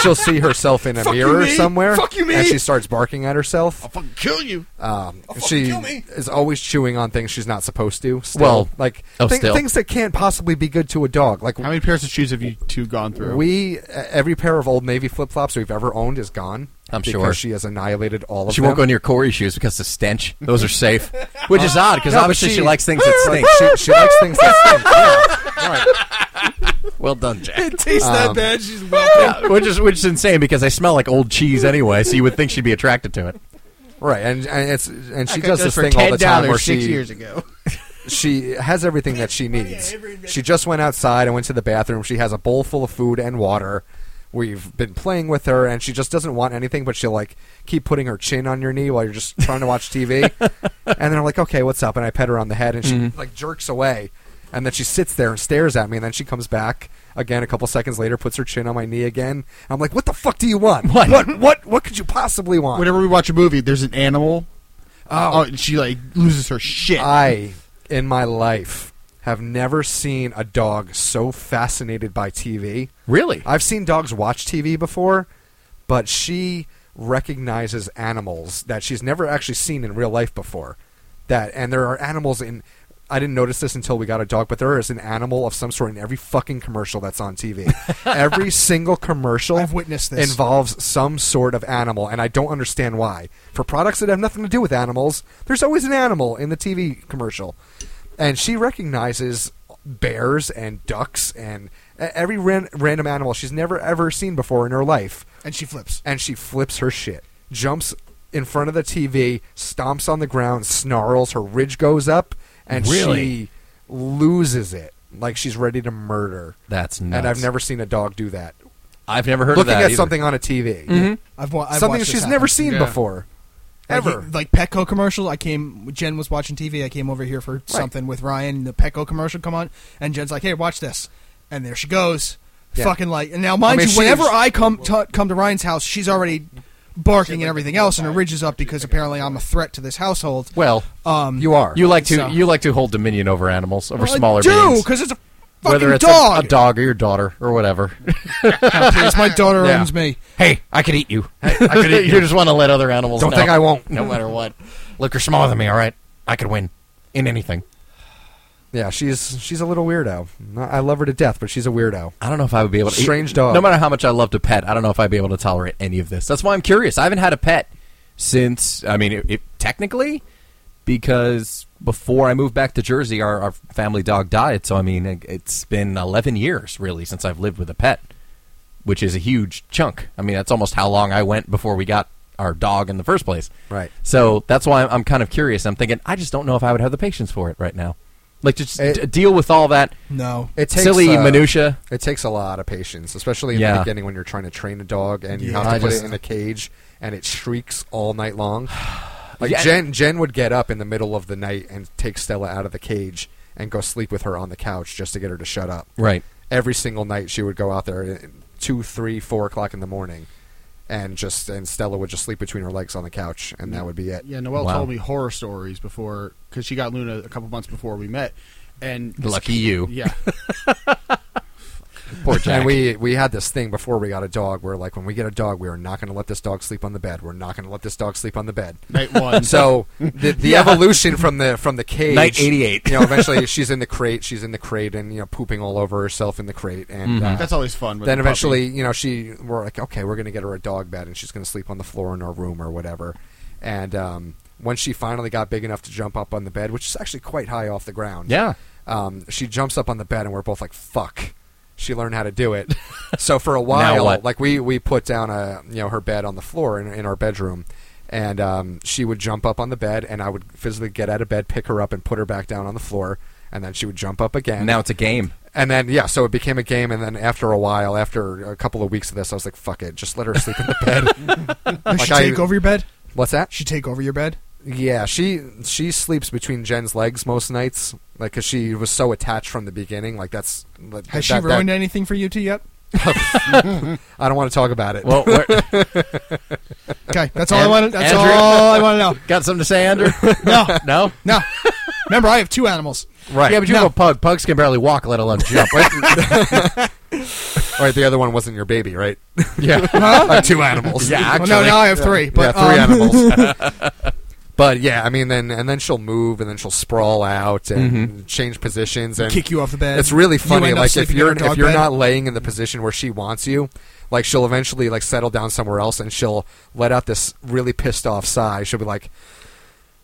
C: she'll see herself in a
B: Fuck you,
C: mirror
B: me.
C: somewhere,
B: Fuck you, me.
C: and she starts barking at herself.
E: I'll fucking kill you.
C: Um,
B: fucking
C: she
B: Oh, kill me.
C: is always chewing on things she's not supposed to. Still.
A: Well,
C: like
A: oh,
C: thi-
A: still.
C: things that can't possibly be good to a dog. Like
E: How many pairs of shoes have you two gone through?
C: we, e-, every pair of old Navy flip flops we've ever owned is gone.
A: I'm
C: because
A: sure.
C: she has annihilated all of
A: She
C: them.
A: won't go near Corey shoes because the stench. Those are safe, which is odd because
C: No, but
A: obviously she,
C: she-
A: likes things that
C: Like,
A: stink.
C: she, she likes things that stink. Yeah. Right.
A: well done, Jack.
B: it tastes that
C: Um,
B: bad. She's laughing.
A: which is which is insane because I smell like old cheese anyway, so you would think she'd be attracted to it.
C: Right, and, and it's and she
E: I got
C: does this
E: those for
C: thing all the time
E: $10
C: where
E: six
C: she
E: years ago.
C: she has everything that she needs. She just went outside and went to the bathroom. She has a bowl full of food and water. We've been playing with her, and she just doesn't want anything. But she'll like keep putting her chin on your knee while you're just trying to watch TV. and then I'm like, "Okay, what's up?" And I pet her on the head, and she like jerks away. And then she sits there and stares at me, and then she comes back again a couple seconds later, puts her chin on my knee again. I'm like, "What the fuck do you want? What? What? What, what could you possibly want?"
E: Whenever we watch a movie, there's an animal. Oh, and she like loses her shit.
C: I, in my life, have never seen a dog so fascinated by TV.
A: Really?
C: I've seen dogs watch TV before, but she recognizes animals that she's never actually seen in real life before. That and there are animals in I didn't notice this until we got a dog, but there is an animal of some sort in every fucking commercial that's on TV. every single commercial
B: I've witnessed this.
C: involves some sort of animal, and I don't understand why. For products that have nothing to do with animals, there's always an animal in the TV commercial. And she recognizes bears and ducks and e- every ran- random animal she's never ever seen before in her life.
B: and she flips.
C: And she flips her shit, jumps in front of the TV, stomps on the ground, snarls, her ridge goes up, and
A: Really?
C: she loses it. Like she's ready to murder.
A: That's nuts.
C: And I've never seen a dog do that.
A: I've never heard
C: Looking
A: of that.
C: at
A: either. Mm-hmm.
C: something on a TV
B: I've, wa- I've
C: something
B: watched
C: she's
B: this
C: never
B: happen.
C: seen
E: Yeah.
C: before. Ever.
B: Like, he- like Petco commercial. I came. Jen was watching TV. I came over here for something with Ryan. The Petco commercial come on, and Jen's like, "Hey, watch this," and there she goes,
C: Yeah.
B: fucking like. And now, mind
C: I mean,
B: you,
C: she
B: whenever
C: was-
B: I come to, come to Ryan's house, she's already barking and everything else, and her ridge is up because apparently I'm a threat to this household.
A: Well,
B: Um,
C: You are.
A: you like to
B: so-
A: you like to hold dominion over animals, over
B: well, I
A: smaller
B: do
A: beings,
B: because it's a fucking
A: whether it's a-
B: dog.
A: A, dog or your daughter or whatever.
B: Please, my daughter
A: Yeah.
B: owns me.
A: hey, I could eat you. I could eat you. just want to let other animals.
C: Don't
A: know.
C: think I won't.
A: No matter what, look, you're smaller than me. All right, I could win in anything.
C: Yeah, she's she's a little weirdo. I love her to death, but she's a weirdo.
A: I don't know if I would be able to.
C: Strange dog.
A: No matter how much I love to pet, I don't know if I'd be able to tolerate any of this. That's why I'm curious. I haven't had a pet since. I mean, it, it, technically, because before I moved back to Jersey, our, our family dog died. So I mean, it, it's been 11 years really since I've lived with a pet, which is a huge chunk. I mean, that's almost how long I went before we got our dog in the first place.
C: Right.
A: So that's why I'm, I'm kind of curious. I'm thinking I just don't know if I would have the patience for it right now. Like to just
C: It-
A: d- deal with all that
B: No.
C: It takes,
A: silly
C: uh,
A: minutia.
C: It takes a lot of patience, especially in
A: Yeah.
C: the beginning when you're trying to train a dog and you
A: Yeah,
C: have to
A: I
C: put
A: just-
C: it in a cage and it shrieks all night long. Like
A: Yeah.
C: Jen, Jen would get up in the middle of the night and take Stella out of the cage and go sleep with her on the couch just to get her to shut up.
A: Right.
C: Every single night she would go out there at two, three, four o'clock in the morning, and just and Stella would just sleep between her legs on the couch, and that would be it.
E: Yeah, Noelle
A: Wow.
E: told me horror stories before because she got Luna a couple months before we met, and
A: Lucky you.
E: Yeah,
A: Poor
C: And we we had this thing before we got a dog where like when we get a dog, we are not going to let this dog sleep on the bed. We're not going to let this dog sleep on the bed.
E: night one.
C: So the, the evolution from the from the cage
A: Night 88.
C: You know, eventually she's in the crate. She's in the crate and you know pooping all over herself in the crate. And
A: Mm-hmm.
C: uh,
E: that's always fun. With
C: then
E: a
C: eventually,
E: puppy.
C: you know, she we're like, okay, we're gonna get her a dog bed and she's gonna sleep on the floor in our room or whatever. And um, when she finally got big enough to jump up on the bed, which is actually quite high off the ground,
A: Yeah.
C: um, she jumps up on the bed and we're both like, fuck. She learned how to do it. So for a
A: Now
C: while,
A: what?
C: like we, we put down a you know her bed on the floor in, in our bedroom, and um, she would jump up on the bed, and I would physically get out of bed, pick her up, and put her back down on the floor, and then she would jump up again.
A: And now it's a game.
C: And then yeah, so it became a game. And then after a while, after a couple of weeks of this, I was like, "Fuck it, just let her sleep in the bed."
B: Does she
C: I-
B: take over your bed?
C: What's that?
B: She take over your bed?
C: Yeah, she she sleeps between Jen's legs most nights, like because she was so attached from the beginning. Like that's that-
B: Has she
C: that- that-
B: ruined anything for you two yet?
C: I don't want to talk about it.
A: Well,
B: Okay, that's all I
A: And-
B: wanted. That's
A: Andrew-
B: all I want to
A: got something to say, Andrew?
B: know. No,
A: No.
B: no. Remember, I have two animals.
C: right?
A: Yeah, but you
B: No.
A: have a pug. Pugs can barely walk, let alone jump.
C: All right, the other one wasn't your baby, right?
A: yeah.
C: Uh, two animals.
A: Yeah,
B: Well, no,
A: actually.
B: now I have three. But
C: yeah, three
B: um,
C: animals. but yeah, I mean, then and then she'll move, and then she'll sprawl out and change positions and
B: kick you off the bed.
C: It's really
B: You
C: funny.
B: end up
C: Like if
B: sleeping in
C: you're
B: a dog
C: if you're
B: bed.
C: not laying in the position where she wants you, like she'll eventually like settle down somewhere else, and she'll let out this really pissed off sigh. She'll be like,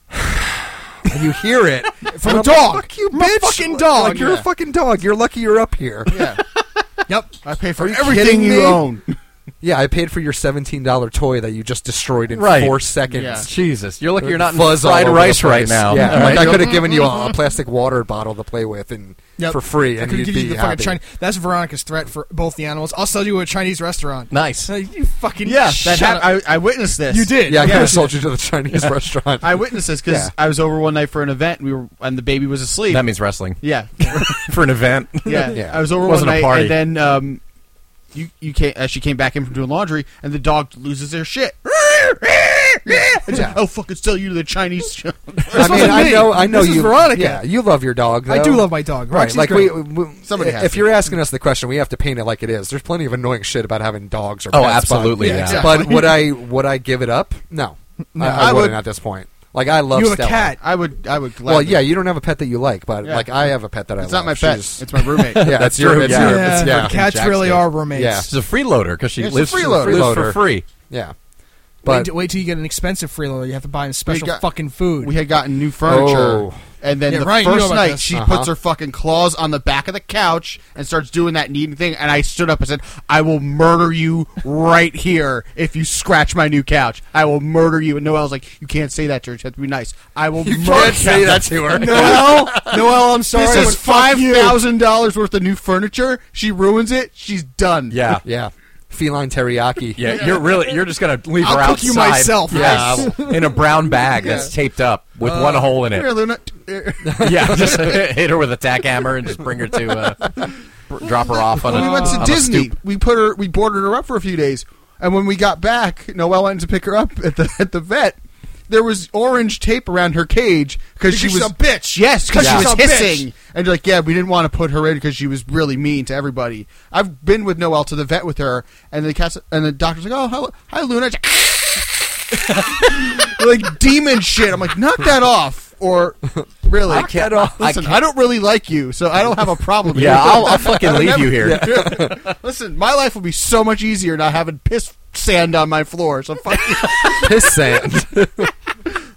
C: and you hear it
B: From
C: And
B: a
C: I'm
B: dog.
C: Like, Fuck you,
B: From a
C: bitch!
B: fucking
C: Like,
B: dog.
C: Like, you're a
E: Yeah.
C: fucking dog. You're lucky you're up here.
E: yeah,
B: Yep.
E: I pay for
C: Are you
E: everything
C: kidding
E: you
C: me?
E: own.
C: yeah, I paid for your seventeen dollar toy that you just destroyed in
A: Right.
C: four seconds.
E: Yeah.
A: Jesus. You're lucky you're not in
C: Fuzz all
A: fried
C: over the
A: rice
C: place.
A: right now.
C: Yeah,
A: All
C: like
A: right.
C: I could have given you a, a plastic water bottle to play with and
B: Yep.
C: for free,
B: I
C: and
B: could
C: you'd
B: give
C: be
B: you the
C: happy.
B: fucking Chinese. That's Veronica's threat for both the animals. I'll sell you a Chinese restaurant.
A: Nice.
B: Uh, You fucking
E: yeah,
B: shut
E: that
B: up.
E: hap- I, I witnessed this.
B: You did.
C: Yeah, I
E: Yeah.
C: could have sold you to the Chinese restaurant.
E: I witnessed this because
C: Yeah.
E: I was over one night for an event. We were and the baby was asleep.
A: That means wrestling
E: yeah,
A: for an event.
E: yeah,
C: Yeah.
E: I was over
A: Wasn't a
E: one night,
A: party.
E: and then um, you you came, uh, she came back in from doing laundry, and the dog loses their shit. It's like, I'll fucking sell you to the Chinese. show."
C: I mean,
B: wasn't
C: I
B: me.
C: know, I know
B: This is
C: you,
B: Veronica.
C: Yeah, you love your dog.
B: I
C: though.
B: do love my dog.
C: Right,
B: Roxy's
C: like
B: great.
C: we, we
E: Somebody has
C: If
E: to.
C: you're asking us the question, we have to paint it like it is. There's plenty of annoying shit about having dogs or
A: Oh,
C: pets, but-
A: absolutely, Yeah, yeah.
E: exactly.
C: But would I would I give it up? No, I, I,
E: I
C: wouldn't
E: would-
C: at this point. Like I love
B: you have a
C: Stella.
B: cat.
E: I would, I would.
C: Well,
E: Gladly.
C: yeah, you don't have a pet that you like, but
E: Yeah.
C: like I have a pet that I.
E: it's
C: love.
E: not my pet.
C: She's-
E: It's my roommate.
C: yeah, that's your.
A: true,
C: It's
A: yeah.
C: your.
B: Yeah,
C: It's, yeah,
B: cats
A: Jack's
B: really
A: good.
B: are roommates.
C: Yeah.
A: She's a freeloader because she
E: Yeah, she's a
A: lives,
E: freeloader.
A: lives for
C: Freeloader.
A: free.
C: yeah.
B: Wait,
C: But
B: wait till you get an expensive freeloader. You have to buy him special
E: got-
B: fucking food.
E: We had gotten new furniture,
C: Oh.
E: and then
B: Yeah,
E: the
B: Ryan, you know
E: first
B: about
E: night
B: this.
E: she
C: Uh-huh.
E: puts her fucking claws on the back of the couch and starts doing that kneading thing. And I stood up and said, "I will murder you right here if you scratch my new couch. I will murder you." And Noelle's like, "You can't say that, George. You have to be nice. I will murder
C: say that to her.
E: Noelle,
B: Noel, I'm sorry.
E: this
B: but
E: is
B: fuck
E: five
B: you.
E: thousand dollars worth of new furniture. She ruins it. She's done.
A: Yeah.
C: Yeah. feline teriyaki.
A: Yeah, you're really you're just gonna leave her
E: I'll cook
A: outside.
E: you myself,
A: yeah, in a brown bag that's taped up with
E: Uh,
A: one hole in
E: Here,
A: it.
E: Luna.
A: yeah, just hit her with a tack hammer and just bring her to uh, br- drop her off on
E: when
A: a
E: we went
A: on
E: to
A: a
E: Disney,
A: stoop.
E: we put her, we boarded her up for a few days, and when we got back, Noelle went to pick her up at the at the vet. There was orange tape around her cage because she
C: she's
E: was
C: a bitch.
E: Yes, because
C: Yeah.
E: she
C: She's
E: was
C: a bitch.
E: hissing, and like, yeah, we didn't want to put her in because she was really mean to everybody. I've been with Noelle to the vet with her, and the cats and the doctor's like, oh, hello, hi, Luna. like demon shit. I'm like, knock that off. Or really,
A: I can't- I
E: Listen, I,
A: can't-
E: don't really like you, so I don't have a problem.
A: Yeah,
E: here.
A: I'll, I'll fucking leave you here.
E: Listen, my life would be so much easier not having piss sand on my floor. So fuck you.
C: Piss sand.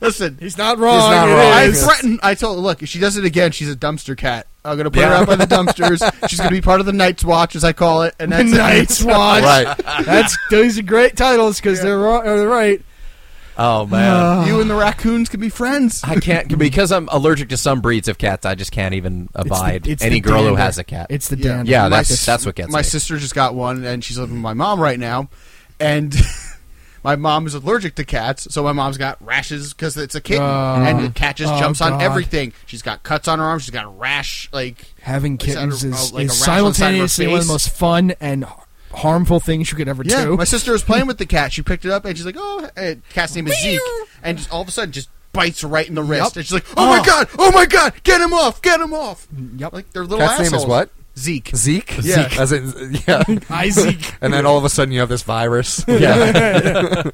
E: Listen,
D: He's not wrong.
C: He's not
D: it
C: wrong.
E: I
D: is.
E: threatened. I told her, look, if she does it again, she's a dumpster cat. I'm gonna put her
A: Yeah.
E: out by the dumpsters. She's gonna be part of the Night's Watch, as I call it, and that's
B: Night's
E: Watch.
C: right.
B: That's those are great titles because they're ro- they're right.
A: Oh man.
E: You and the raccoons can be friends.
A: I can't because I'm allergic to some breeds of cats. I just can't even
B: It's the-
A: abide
B: it's
A: any
B: the
A: girl who
B: dander.
A: has a cat.
B: It's the
E: Yeah.
B: dander.
A: yeah,
E: My
A: that's
E: sis-
A: that's what gets
E: my
A: me.
E: sister just got one, and she's living with my mom right now, and. My mom is allergic to cats, so my mom's got rashes because it's a kitten,
B: Oh.
E: and the cat just
B: Oh,
E: jumps on
B: God.
E: everything. She's got cuts on her arm. She's got a rash, like
B: Having
E: Like,
B: kittens
E: uh,
B: is,
E: like a
B: is
E: rash on the side of her
B: simultaneously one of
E: face.
B: the most fun and h- harmful things you could ever
E: Yeah,
B: do.
E: my sister was playing with the cat. She picked it up and she's like, "Oh, uh, cat's name is Zeke," and just all of a sudden just bites right in the wrist. And she's like, "Oh my
C: Oh.
E: god! Oh my god! Get him off! Get him off!"
B: yep.
E: Like they're little
C: Cat's name is
E: assholes.
C: what?
E: Zeke.
C: Zeke.
E: Yeah.
C: As in, yeah.
B: Isaac.
C: And then all of a sudden you have this virus.
A: yeah.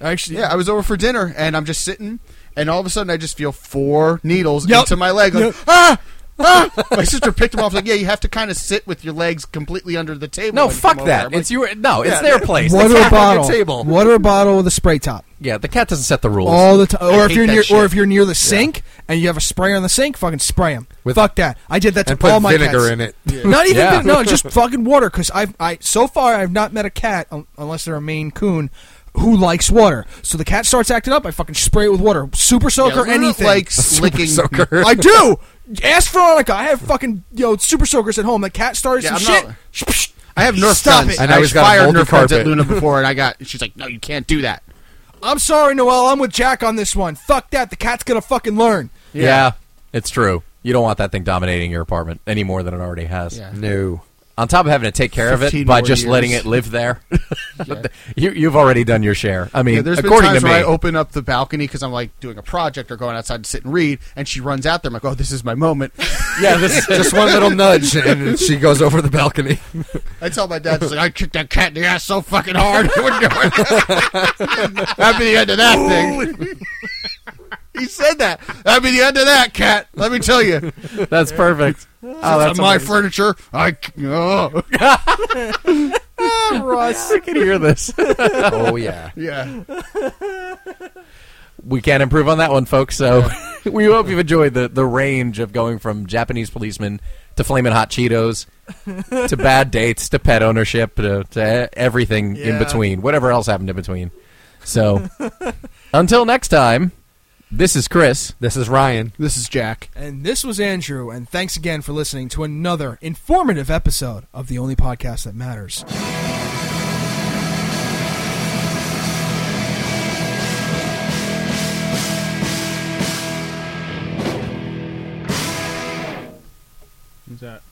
B: Actually,
E: Yeah, I was over for dinner and I'm just sitting, and all of a sudden I just feel four needles into my leg. Like, ah. ah! My sister picked him off. Like, yeah, you have to kind of sit with your legs completely under the table.
A: No,
E: when you
A: fuck
E: come over."
A: that.
E: I'm
A: it's your no. It's their place. It's
B: water
A: their
B: bottle,
A: fucking table.
B: water bottle with a spray top
A: Yeah, the cat doesn't set the rules.
B: all the time. Or if
E: hate
B: you're
E: that
B: near, or
E: shit.
B: if you're near the sink and you have a sprayer on the sink, fucking spray them.
C: With-
B: Fuck that. I did that to
C: and put
B: all my
C: vinegar
B: cats.
C: in it.
B: Not even
A: Yeah.
B: vin- no, just fucking water. Because I've I so far I've not met a cat un- unless they're a Maine Coon who likes water. So the cat starts acting up. I fucking spray it with water, super
E: like,
B: soaker,
E: yeah, Luna
B: anything.
E: likes licking.
C: Soaker.
B: I do. Ask Veronica. I have fucking you know super soakers at home. The cat started some
E: Yeah, I'm
B: shit.
E: not-
B: Sh- psh,
E: I have Nerf
B: Stop
E: guns.
B: it.
C: I
E: and
C: know
E: I
C: he's got a
E: fired Nerf guns
C: multi-carpet.
E: at Luna before, and I got. She's like, "No, you can't do that."
B: I'm sorry, Noel. I'm with Jack on this one. Fuck that. The cat's gonna fucking learn.
A: yeah. it's true. You don't want that thing dominating your apartment any more than it already has.
E: Yeah.
C: No.
A: On top of having to take care of it
E: 15
A: by
E: more
A: just
E: years.
A: letting it live there, you, you've already done your share. I mean,
E: Yeah, there's been
A: according
E: times
A: to me,
E: where I open up the balcony because I'm like doing a project or going outside to sit and read, and she runs out there. I'm like, oh, this is my moment.
A: yeah, this
C: Just one little nudge and she goes over the balcony.
E: I tell my dad, he's like, I kicked that cat in the ass so fucking hard. I wouldn't know what- That'd be the end of that thing. he said that. That'd be the end of that cat. Let me tell
A: Oh,
E: you.
A: that's perfect.
E: Oh, that's my furniture. I. Oh.
A: Ross, I can hear this.
C: oh, yeah.
E: Yeah.
A: we can't improve on that one, folks. So we hope you've enjoyed the, the range of going from Japanese policemen to flaming hot Cheetos to bad dates to pet ownership to, to e, everything in
B: Yeah.
A: between, whatever else happened in between. So until next time, this is Chris.
C: This is Ryan.
E: This is Jack.
B: And this was Andrew, and thanks again for listening to another informative episode of the only podcast that matters.
D: Who's that?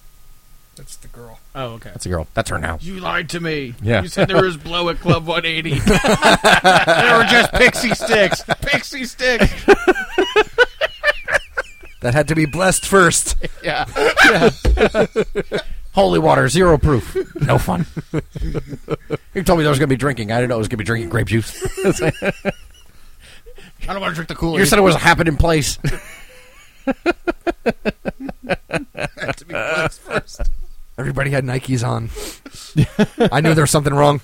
B: That's the girl.
D: Oh, okay.
A: That's a girl. That's her now.
D: You lied to me.
A: Yeah.
D: You said there was blow at Club 180. they were just pixie sticks. Pixie sticks.
C: That had to be blessed first.
E: Yeah.
A: Holy water, zero proof. No fun. you told me there was going to be drinking. I didn't know it was going to be drinking grape juice.
E: I don't want to drink the cooler.
A: you said it was a happening place.
E: to be blessed first.
C: Everybody had Nikes on. I knew there was something wrong.